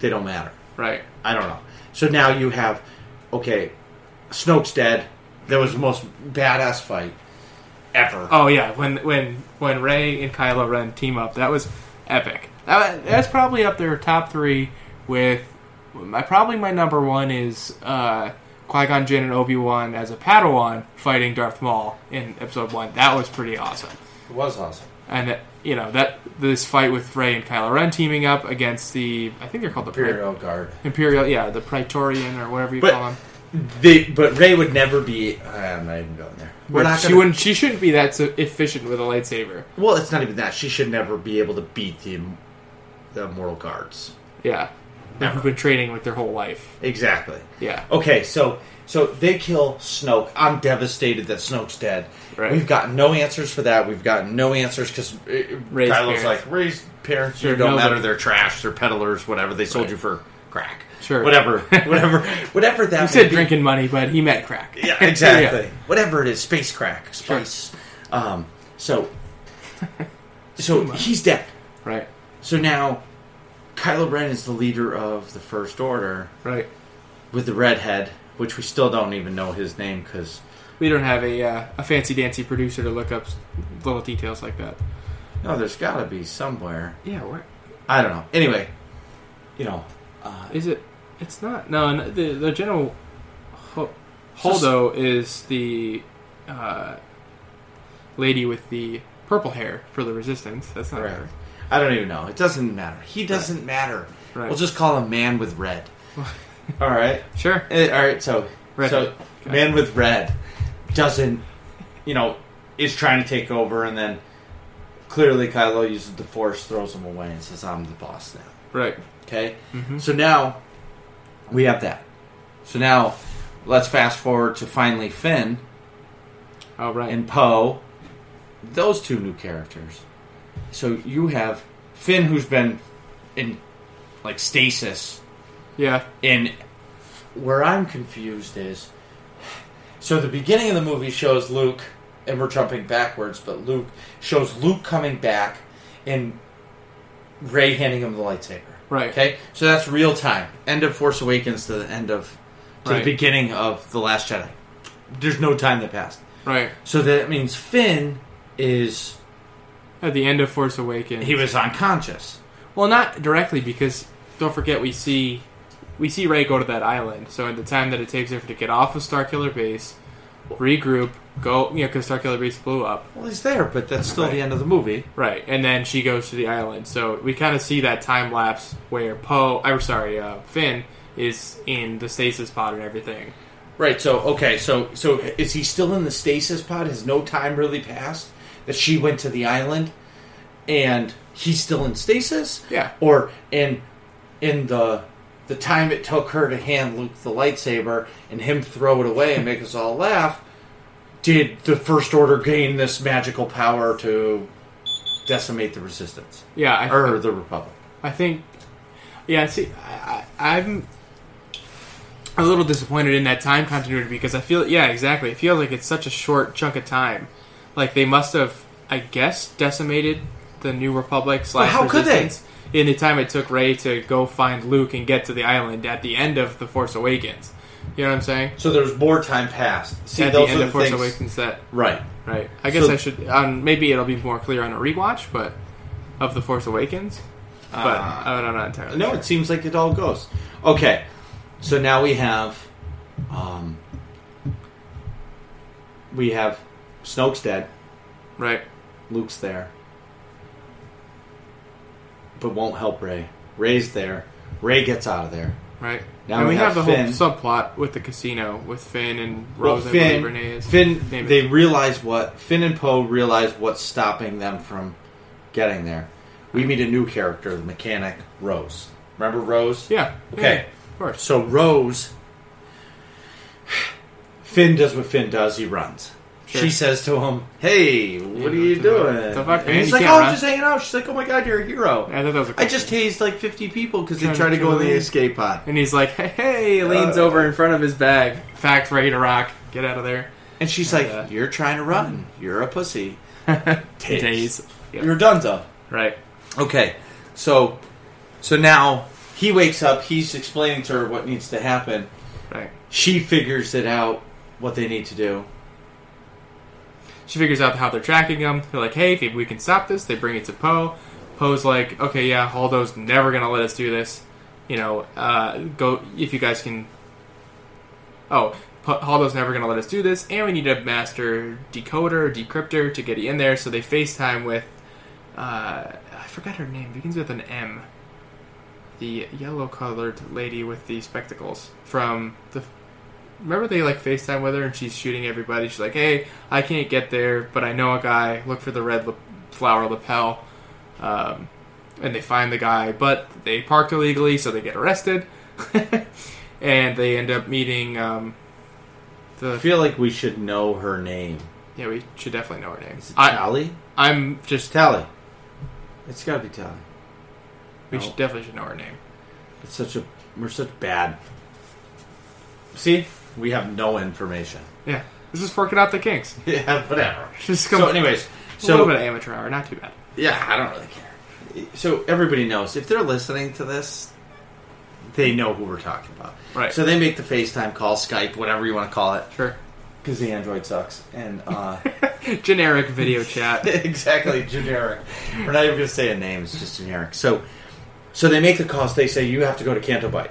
they don't matter. Right. I don't know. So now you have okay, Snoke's dead. That was the most badass fight ever. Oh yeah, when when when Ray and Kylo Ren team up, that was epic. That, that's probably up there top three with my probably my number one is uh, Qui Gon Jinn and Obi Wan as a Padawan fighting Darth Maul in Episode One. That was pretty awesome. It was awesome. And uh, you know that this fight with Ray and Kylo Ren teaming up against the I think they're called the Pra- Imperial Guard. Imperial, yeah, the Praetorian or whatever you But- call them. They, but Ray would never be. um, I'm not even going there. We're not she gonna- wouldn't. She shouldn't be that so efficient with a lightsaber. Well, it's not even that. She should never be able to beat the the Mortal Guards. Yeah, they've been training like their whole life. Exactly. Yeah. Okay, so so they kill Snoke. I'm devastated that Snoke's dead. Right. We've got no answers for that. We've got no answers because Kylo's Ray's parents. like Ray's parents. Sure, you don't nobody- matter. They're trash. They're peddlers. Whatever. They sold Right. you for crack. Sure. Whatever. Whatever. whatever that. He may said be. drinking money, but he meant crack. Yeah. Exactly. Whatever it is. Space crack. Spice. Um. So. So he's dead. Right, So now, Kylo Ren is the leader of the First Order right. with the redhead, which we still don't even know his name because We don't have a uh, a fancy dancy producer to look up s- little details like that. no, there's got to be somewhere. Yeah, where I don't know. Anyway, you know, uh, is it? It's not. No, no the the general Ho- Holdo is the uh, lady with the purple hair for the resistance. That's not right. I don't even know. It doesn't matter. He doesn't matter. Right. We'll just call him Man with Red. all right, Sure. Eh, all right. So, Red. so Okay. Man with Red doesn't, you know, is trying to take over, and then clearly Kylo uses the Force, throws him away, and says, "I'm the boss now." Right. Okay. Mhm. So now we have that. So now Let's fast forward to finally Finn Oh right. and Poe, those two new characters. So you have Finn, who's been in like stasis, yeah. and where I'm confused is so the beginning of the movie shows Luke, and we're jumping backwards, but Luke shows Luke coming back and Ray handing him the lightsaber. Right. Okay, so that's real time. End of Force Awakens to the end of to Right. the beginning of the Last Jedi. There's no time that passed. Right. So that means Finn is At the end of Force Awakens. he was unconscious. Well, not directly because don't forget we see we see Ray go to that island. So at the time that it takes her to get off of Starkiller Base, regroup, go, you know, because Starkiller Base blew up, Well, he's there, but that's still Right. the end of the movie. right? And then she goes to the island. So we kind of see that time lapse where Poe, I'm sorry, uh, Finn is in the stasis pod and everything. Right. So okay. So so is he still in the stasis pod? Has no time really passed that she went to the island, and he's still in stasis? Yeah. Or in in the the time it took her to hand Luke the lightsaber and him throw it away and make us all laugh. Did the First Order gain this magical power to decimate the Resistance Yeah, I, or the Republic? I think. Yeah, see, I, I, I'm a little disappointed in that time continuity because I feel, yeah, exactly. It feels like it's such a short chunk of time. Like they must have, I guess, decimated the New Republic slash how could they? Resistance in the time it took Ray to go find Luke and get to the island at the end of the Force Awakens. You know what I'm saying? So there's more time passed. See, at the those end are of the Force things. Awakens, that Right. right? I guess So- I should. Um, maybe it'll be more clear on a rewatch, but of the Force Awakens. But Uh, I'm not entirely. No, sure. it seems like it all goes. Okay, so now we have, um, we have Snoke's dead. right. Luke's there, but won't help Ray. Ray's there. Ray gets out of there. Right. Now and we we have, have the Finn. whole subplot with the casino with Finn and Well, Rose and Finn, Renee is. Finn, name they is- realize what Finn and Poe realize what's stopping them from getting there. We meet a new character, the mechanic Rose. Remember Rose? Yeah. Okay. yeah, of course. So Rose, Finn does what Finn does. He runs. Sure. She says to him, "Hey, what are Yeah, you what the- doing?" the fuck, and man? he's You like, can't "Oh, I'm run." just hanging out." She's like, "Oh my god, you're a hero." I thought that was. A cool I just thing. tased like 50 people because they Trying to tried to go in kill the me. escape pod. And he's like, hey, hey, leans Uh, over in front of his bag. Facts ready to rock. Get out of there. And she's Yeah. like, "You're trying to run. You're a pussy. Tased. Days. Yeah. You're done though." Right. Okay, so so now he wakes up. He's explaining to her what needs to happen. Right. She figures it out what they need to do. She figures out how they're tracking him. They're like, hey, if we can stop this, they bring it to Poe. Poe's like, okay, yeah, Haldo's never gonna let us do this. You know, uh, go if you guys can. Oh, Po- Haldo's never gonna let us do this, and we need a master decoder, decryptor to get in there. So they FaceTime with, uh, I forgot her name. Begins with an M. The yellow-colored lady with the spectacles from the Remember they like FaceTime with her and she's shooting everybody. She's like, "Hey, I can't get there, but I know a guy. Look for the red lap- flower lapel." Um, and they find the guy, but they parked illegally, so they get arrested. and they end up meeting um, I the. feel like we should know her name. Yeah, we should definitely know her name. Is it I, Tally? I'm just. Tally. It's got to be Tally. We No. should definitely should know her name. It's such a we're such bad. See, we have no information. Yeah, this is forking out the kinks. Yeah, whatever. Just So, anyways, a little so bit of amateur hour, not too bad. yeah, I don't really care. So everybody knows if they're listening to this, they know who we're talking about. Right. So they make the FaceTime call, Skype, whatever you want to call it, Sure. because the Android sucks. And uh, Generic video chat. exactly generic. We're not even going to say a name; it's just generic. So, so they make the calls. They say you have to go to Canto Bite.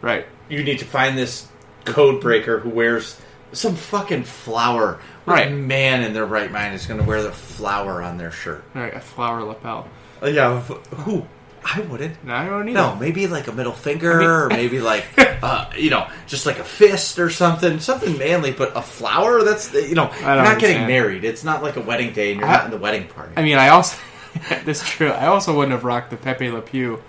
Right. you need to find this code breaker who wears some fucking flower. What Right. man in their right mind is going to wear the flower on their shirt? Right. A flower lapel. Uh, Yeah, f- who? I wouldn't. No, I don't need No, maybe like a middle finger, or maybe like uh, you know, just like a fist or something, something manly. But a flower? That's you know, you're not getting understand. married. It's not like a wedding day, and you're I- not in the wedding party. I mean, I also that's true. I also wouldn't have rocked the Pepe Le Pew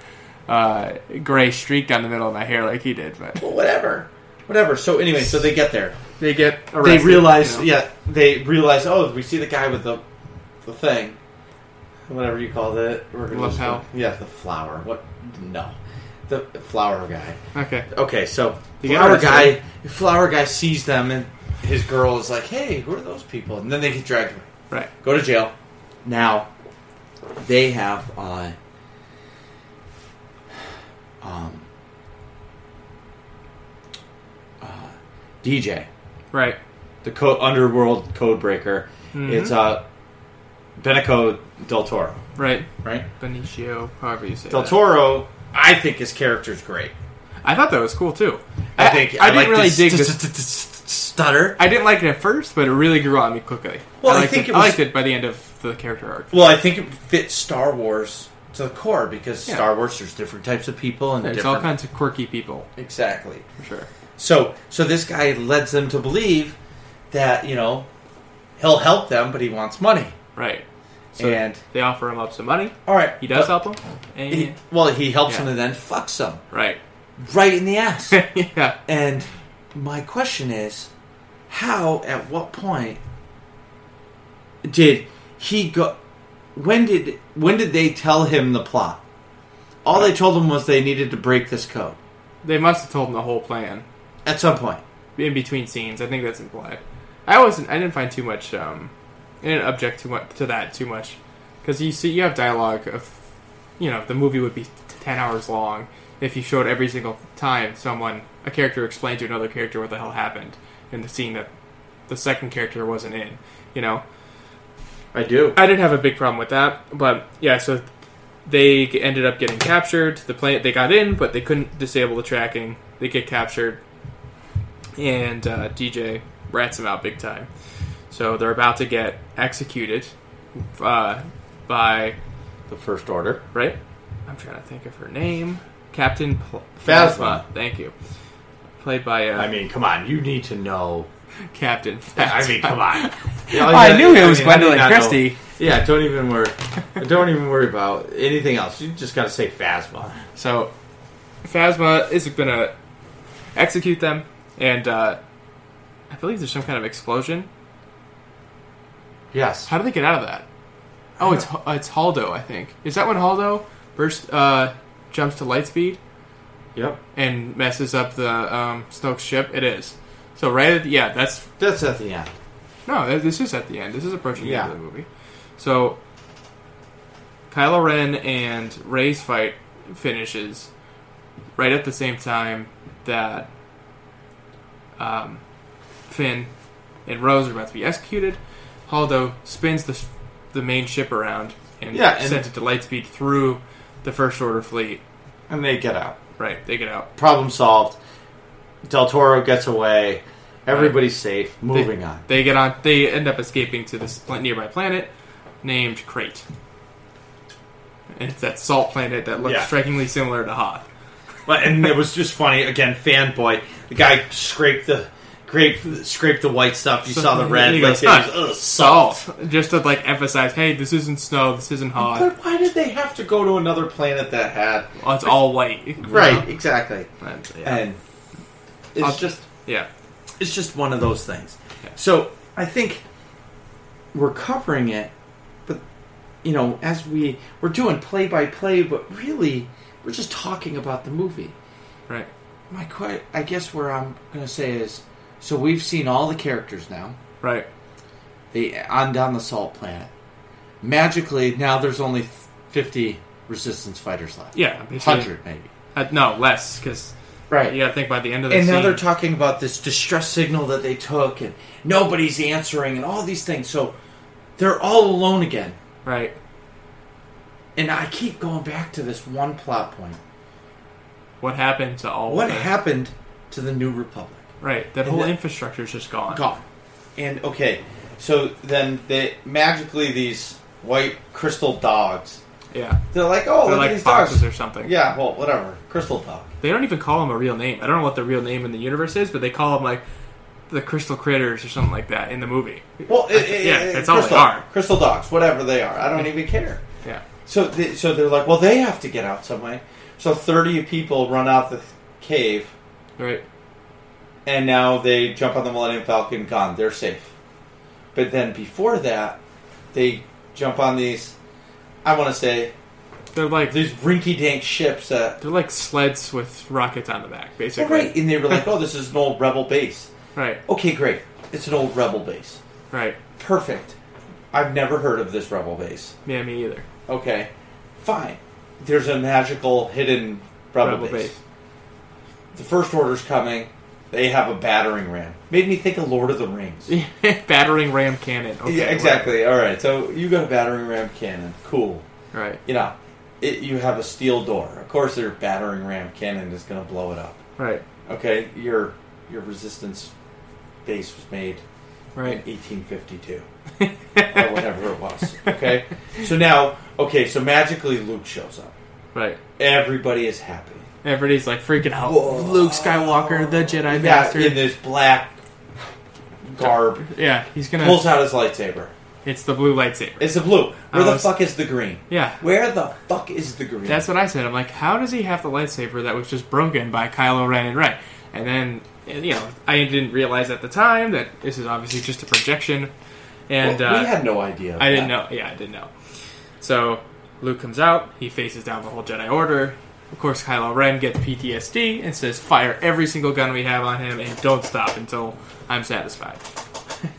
uh, gray streak down the middle of my hair like he did, but well, whatever. whatever. So anyway, so they get there. They get arrested. they realize, you know? yeah, they realize. Oh, we see the guy with the the thing, whatever you call it. We're gonna just- Lapel. yeah, the flower. What? No, the flower guy. Okay. Okay, so You get flower arrested. guy, flower guy sees them, and his girl is like, "Hey, who are those people?" And then they get dragged away Right. go to jail. Now, they have uh, um, uh, DJ, Right. the co- underworld code breaker. Mhm. It's uh, Benico del Toro, Right. right? Benicio, however you say Del that. Toro, I think his character's great. I thought that was cool too. I think I, didn't like really this dig st- this. st- st- st- stutter. I didn't like it at first, but it really grew on me quickly. Well, I liked think it, it was- I liked it by the end of the character arc. Well, I think it fits Star Wars to the core because Yeah. Star Wars, there's different types of people and There's different all kinds of quirky people exactly. for sure. So so this guy leads them to believe that, you know, he'll help them, but he wants money. Right. So and they offer him up some money. all right, He does but help him. And He, well, he helps Yeah. them and then fucks them right. right in the ass. yeah. and my question is, how at what point did he go when did when did they tell him the plot? All they told him was they needed to break this code They must have told him the whole plan at some point. in between scenes. I think that's implied. I wasn't. I didn't find too much. Um, I didn't object too much to that too much because you see, you have dialogue of, you know, the movie would be t- ten hours long if you showed every single time someone a character explained to another character what the hell happened in the scene that the second character wasn't in. You know, I do. I didn't have a big problem with that, but yeah, so they g- ended up getting captured. The plane they got in, but they couldn't disable the tracking. They get captured, and uh, DJ rats them out big time. So they're about to get executed uh, by The first order. right. I'm trying to think of her name, Captain Pl- Phasma. Thank you. Played by uh, I mean, come on, you need to know Captain. I mean, come on. Oh, I knew it I mean, how do was you Gwendolyn not Christie. know? Yeah, don't even worry. don't even worry about anything else. You just gotta say Phasma. So, Phasma is gonna execute them, and uh, I believe there's some kind of explosion. Yes. How do they get out of that? Oh, it's uh, it's Haldo, I think. Is that when Haldo burst uh, jumps to light speed Yep. and messes up the um, Snoke's ship? It is. So right, at the, yeah, that's That's at the end. no. th- This is at the end. This is approaching the end Yeah. of the movie. So, Kylo Ren and Rey's fight finishes right at the same time that um, Finn and Rose are about to be executed. Haldo spins the, the main ship around and, Yeah, and- sends it to lightspeed through the First Order fleet. And they get out. Right, they get out. Problem solved. Del Toro gets away. Everybody's safe. Moving they, on. They get on. They end up escaping to this pla- nearby planet named Crate. And it's that salt planet that looks Yeah. strikingly similar to Hoth. But and it was just funny. Again, fanboy. The guy scraped the scraped scraped the white stuff. You saw the red. He Like, goes, it was, "Huh, "Ugh, salt. just to like emphasize, hey, this isn't snow, this isn't Hoth. But why did they have to go to another planet that had Well, it's all white, you know? right? Exactly. And, yeah. and it's I'll- just yeah, it's just one of those things. Yeah. So I think we're covering it, but you know, as we we're doing play by play, but really we're just talking about the movie. right, My que- I guess where I'm going to say is, so we've seen all the characters now. right, They on down the salt planet. Magically, now there's only fifty resistance fighters left. yeah, basically- hundred maybe. Uh, no, less because Right. you got to think by the end of the and now scene, they're talking about this distress signal that they took and nobody's answering and all these things so they're all alone again right, and i keep going back to this one plot point what happened to all? what the, happened to the new republic Right, that And whole the- infrastructure's just gone. gone and okay so then they magically these white crystal dogs Yeah, they're like oh they're look at like these foxes dogs or something. yeah well whatever crystal dog They don't even call him a real name. I don't know what the real name in the universe is, but they call him like the Crystal Critters or something like that in the movie. well it, it- Yeah, it- that's all they crystal- are. crystal dogs whatever they are i don't even care Yeah, So, they, so they're like, well, they have to get out some way. So thirty people run out the cave, right. and now they jump on the Millennium Falcon. Gone. They're safe. But then before that, they jump on these. I want to say They're like these rinky-dink ships that they're like sleds with rockets on the back, Oh, basically. right, and they were like, "Oh, this is an old rebel base." Right, Okay, great. It's an old rebel base. right. Perfect. I've never heard of this rebel base. Yeah, me either. Okay, fine. There's a magical hidden rebel, Rebel base. base. The first order's coming. They have a battering ram. Made me think of Lord of the Rings. Battering ram cannon. Okay, yeah, right, exactly. All right. So you got a battering ram cannon. Cool. Right, You know, it, you have a steel door. Of course, their battering ram cannon is going to blow it up. right, Okay, your your resistance base was made in right. 1852 or whatever it was. Okay, so now, okay, so magically Luke shows up. Right. Everybody is happy. Everybody's like freaking out. Whoa. Luke Skywalker, the Jedi Yeah, Master. in this black garb, yeah, he's gonna. pulls out his lightsaber. It's the blue lightsaber. It's the blue. Where I the was- fuck is the green? yeah, Where the fuck is the green? Oh, that's what I said. I'm like, how does he have the lightsaber that was just broken by Kylo Ren and Rey? And then, and, you know, I didn't realize at the time that this is obviously just a projection. And Well, we uh, had no idea. of I didn't that. know. Yeah, I didn't know. So Luke comes out. He faces down the whole Jedi Order. Of course, Kylo Ren gets PTSD and says, "Fire every single gun we have on him, and don't stop until I'm satisfied."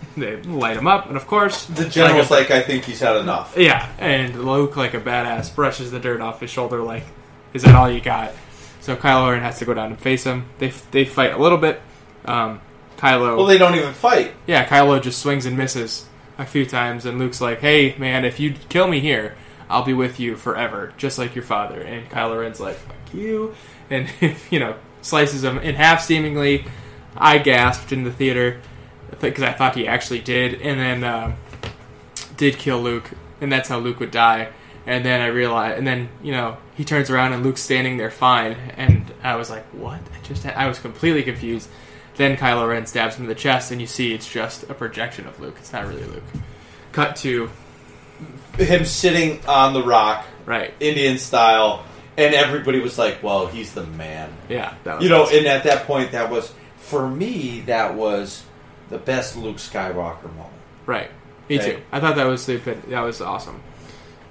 they light him up, and of course, The general's like like, I think he's had enough. a- yeah, and Luke, like a badass, brushes the dirt off his shoulder. Like, is that all you got? So Kylo Ren has to go down and face him. They they fight a little bit. Um, Kylo. Well, they don't even fight. Yeah, Kylo just swings and misses a few times, and Luke's like, "Hey, man, if you kill me here, I'll be with you forever, just like your father." And Kylo Ren's like, "Fuck you," and you know, slices him in half. Seemingly, I gasped in the theater because I thought he actually did, and then um, did kill Luke, and that's how Luke would die. And then I realized, and then you know, he turns around and Luke's standing there fine, and I was like, "What?" I just, I was completely confused. Then Kylo Ren stabs him in the chest, and you see it's just a projection of Luke. It's not really Luke. Cut to Him sitting on the rock, right, Indian style, and everybody was like, well, he's the man. yeah, that was You know, and at that point, that was, for me, that was the best Luke Skywalker moment. right. Me Okay. too. I thought that was the epit- that was awesome.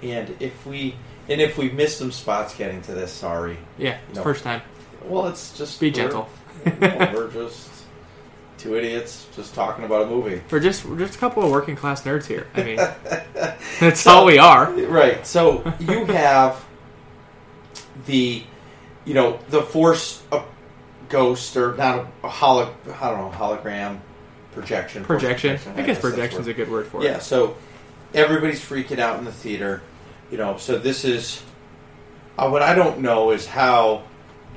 And if we. And if we missed some spots getting to this, sorry. Yeah, it's No. first time. Well, it's just Be we're- gentle. no, we're just two idiots just talking about a movie. We're just we're just a couple of working class nerds here. I mean, that's all we are. Right. So you have the, you know, the force of ghost or not a holo, I don't know, hologram projection. force Projection. I guess that's projection's the a good word for word. Yeah. it. So everybody's freaking out in the theater. You know. So this is uh, what I don't know is how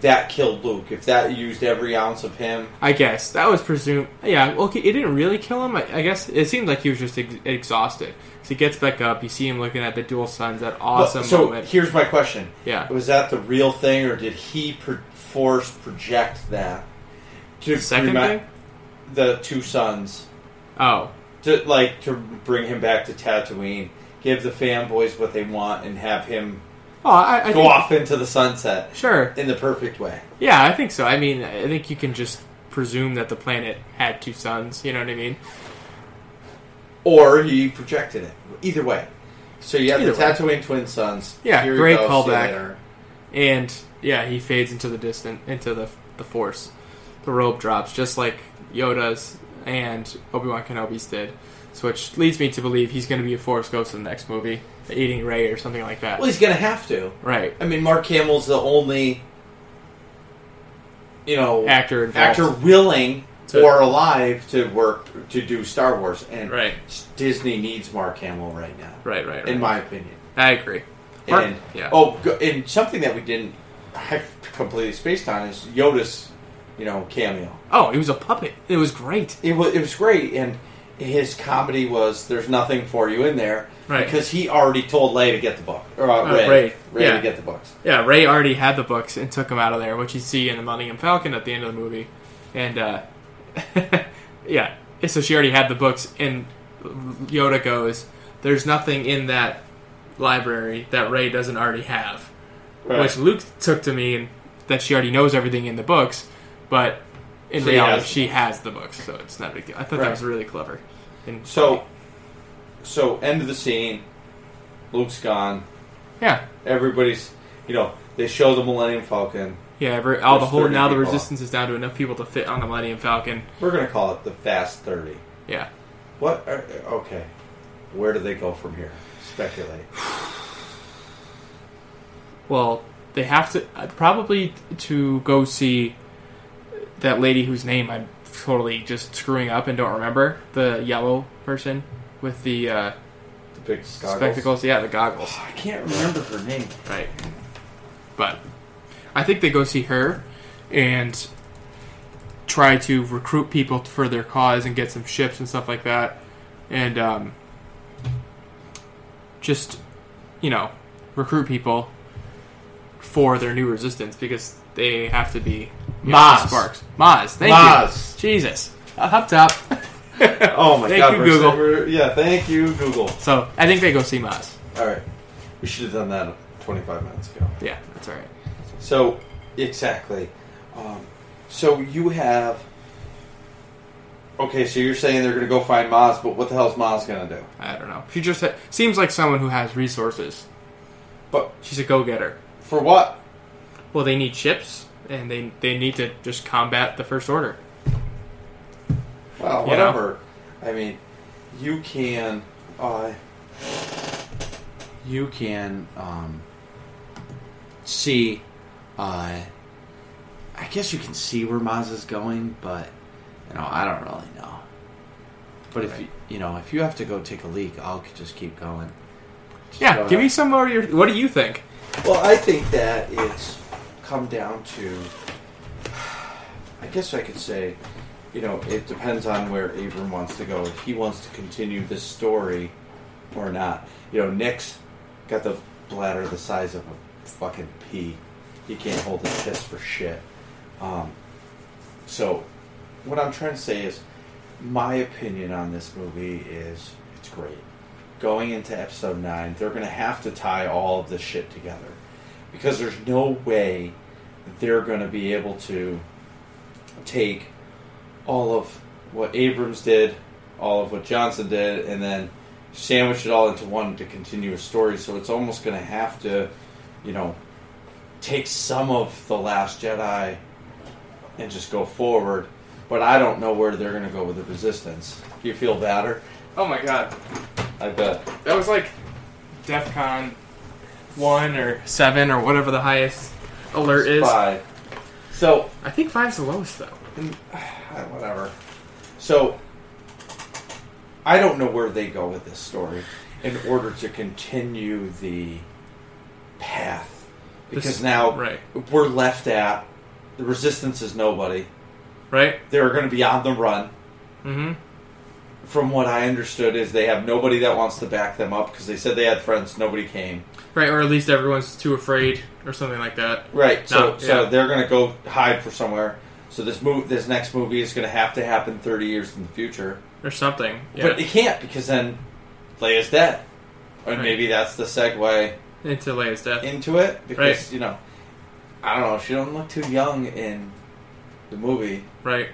that killed Luke. If that used every ounce of him. I guess that was presumed. Yeah, well, it didn't really kill him. I, I guess it seemed like he was just ex- exhausted. So he gets back up. You see him looking at the dual suns. That awesome so moment. here's my question. yeah, Was that the real thing, or did he pro- force project that? To second remi- thing. the two sons Oh, to like to bring him back to Tatooine, give the fanboys what they want, and have him Oh, I, I go think, off into the sunset Sure. in the perfect way. Yeah, I think so. I mean, I think you can just presume that the planet had two suns. You know what I mean? Or he projected it. Either way. So you have the Either Tatooine twin sons. Yeah, Here you great go, see you callback. later. And yeah, he fades into the distant, into the the force. The robe drops, just like Yoda's and Obi Wan Kenobi's did. So, which leads me to believe he's going to be a force ghost in the next movie, eating Ray or something like that. Well, he's gonna have to. Right. I mean, Mark Hamill's the only, you know, Actor involved. actor willing To- or alive to work to do Star Wars, and Right. Disney needs Mark Hamill right now, Right. Right. in right. my opinion. I agree. Mark- and yeah. oh, go- and something that we didn't I completely spaced on is Yoda's, you know, cameo. Oh, he was a puppet. It was great. It was it was great, and his comedy was "There's nothing for you in there," Right. Because he already told Leia to get the book, or uh, Uh, Ray, Ray, yeah. to get the books. Yeah, Ray already had the books and took him out of there, which you see in the Millennium Falcon at the end of the movie. And uh, yeah, so she already had the books, and Yoda goes, "There's nothing in that library that Ray doesn't already have," which Luke took to mean that she already knows everything in the books, but. in She reality, has- she has the books, so it's not a big deal. I thought Right. that was really clever. And So, so end of the scene. Luke's gone. yeah, Everybody's, you know, they show the Millennium Falcon. yeah. Every, all the There's whole 30 now the people. resistance is down to enough people to fit on the Millennium Falcon. We're gonna call it the Fast Thirty. Yeah, What? Are, okay. Where do they go from here? Speculate. Well, they have to uh, probably to go see that lady whose name I'm totally just screwing up and don't remember. The yellow person with the uh, The big goggles. spectacles. Yeah, the goggles. I can't remember her name. Right. But I think they go see her and try to recruit people for their cause and get some ships and stuff like that. And um, just, you know, recruit people for their new resistance because they have to be you know, Maz. sparks. Maz, thank Maz. you. Jesus. Up top. Oh my Thank god! you, we're- Google. we're- yeah, thank you, Google. So I think they go see Maz. All right, we should have done that 25 minutes ago. Yeah, that's all right. So exactly. Um, so you have. Okay, so you're saying they're gonna go find Maz, but what the hell's Maz gonna do? I don't know. She just ha- seems like someone who has resources. But She's a go getter. for what? Well, they need ships, and they they need to just combat the First Order. Well, You know? whatever. I mean, you can. Uh, You can um, see. Uh, I guess you can see where Maz is going, but you know I don't really know. But if you, you know if you have to go take a leak, I'll just keep going. Just Yeah, go give me ahead. some more. Of your, what do you think? Well, I think that it's come down to. I guess I could say, you know, it depends on where Abram wants to go. If he wants to continue this story or not. You know, Nick's got the bladder the size of a fucking pea. He can't hold his piss for shit. Um, so, what I'm trying to say is, my opinion on this movie is it's great. Going into episode 9, they're going to have to tie all of this shit together. Because there's no way they're going to be able to take all of what Abrams did, all of what Johnson did, and then sandwich it all into one to continue a story. So it's almost going to have to, you know, take some of The Last Jedi and just go forward. But I don't know where they're going to go with the Resistance. Do you feel better? Oh my god, I bet. that was like DefCon one or seven or whatever the highest alert is. Five. So I think five's the lowest though. Ah, whatever. So I don't know where they go with this story in order to continue the path because This- now right. we're left at the resistance is nobody. Right? They're going to be on the run. Mm-hmm. From what I understood, is they have nobody that wants to back them up because they said they had friends, nobody came. Right, or at least everyone's too afraid or something like that. Right. So No, so yeah. they're gonna go hide for somewhere. So this move, this next movie is gonna have to happen thirty years in the future. Or something. Yeah. But it can't because then Leia's dead. Or Right. maybe that's the segue Into Leia's death. into it because Right. you know, I don't know. She don't look too young in the movie, right.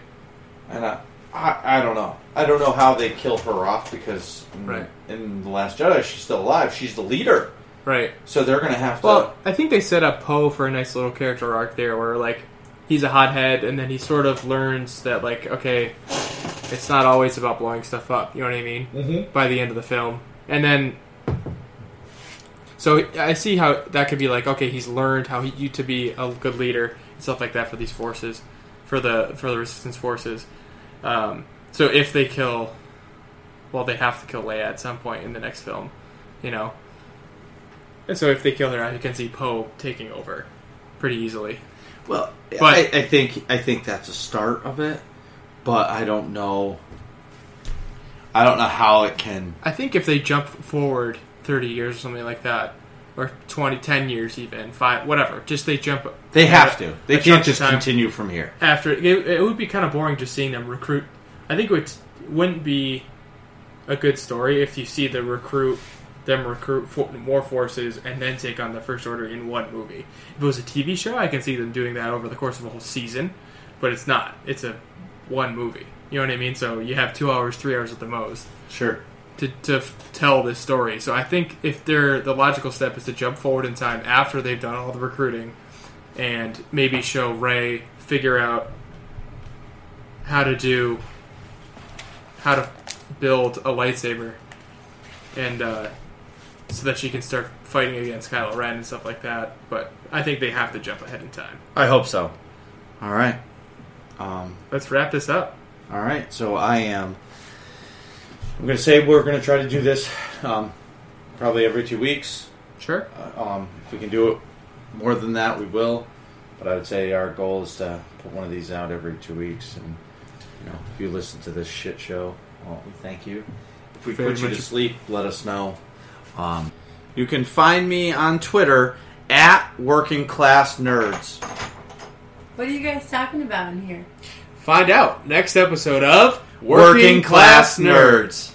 and I, I, I don't know. I don't know how they kill her off because in, Right. in the Last Jedi she's still alive. She's the leader, Right. so they're gonna have to. Well, I think they set up Poe for a nice little character arc there, where like he's a hothead, and then he sort of learns that like okay, it's not always about blowing stuff up. You know what I mean? Mhm. By the end of the film, and then so I see how that could be like okay, he's learned how he, you to be a good leader and stuff like that for these forces, for the for the resistance forces. Um, so if they kill, well, they have to kill Leia at some point in the next film, you know. And so if they kill her, I can see Poe taking over pretty easily. Well, But- I, I think I think that's a start of it, but I don't know. I don't know how it can. I think if they jump forward 30 years or something like that, or 20, 10 years even, five, whatever, just they jump. They have to. They a chunk can't of just time continue from here. After it, it would be kind of boring just seeing them recruit. I think it would, wouldn't be a good story if you see the recruit them recruit for, more forces and then take on the first order in one movie. If it was a TV show, I can see them doing that over the course of a whole season. but it's not. It's a one movie. You know what I mean? So you have two hours, three hours at the most Sure. to, to f- tell this story. So I think if they're the logical step is to jump forward in time after they've done all the recruiting, and maybe show Ray figure out how to do how to build a lightsaber, and uh, so that she can start fighting against Kylo Ren and stuff like that. But I think they have to jump ahead in time. I hope so. All right. Um, Let's wrap this up. all right. So I am. I'm going to say we're going to try to do this um, probably every two weeks. Sure. Uh, Um, if we can do it more than that, we will. But I would say our goal is to put one of these out every two weeks. And you know, if you listen to this shit show, well, we thank you. If we Very put you much- to sleep, let us know. Um, you can find me on Twitter at Working Class Nerds. What are you guys talking about in here? Find out next episode of Working Class Nerds.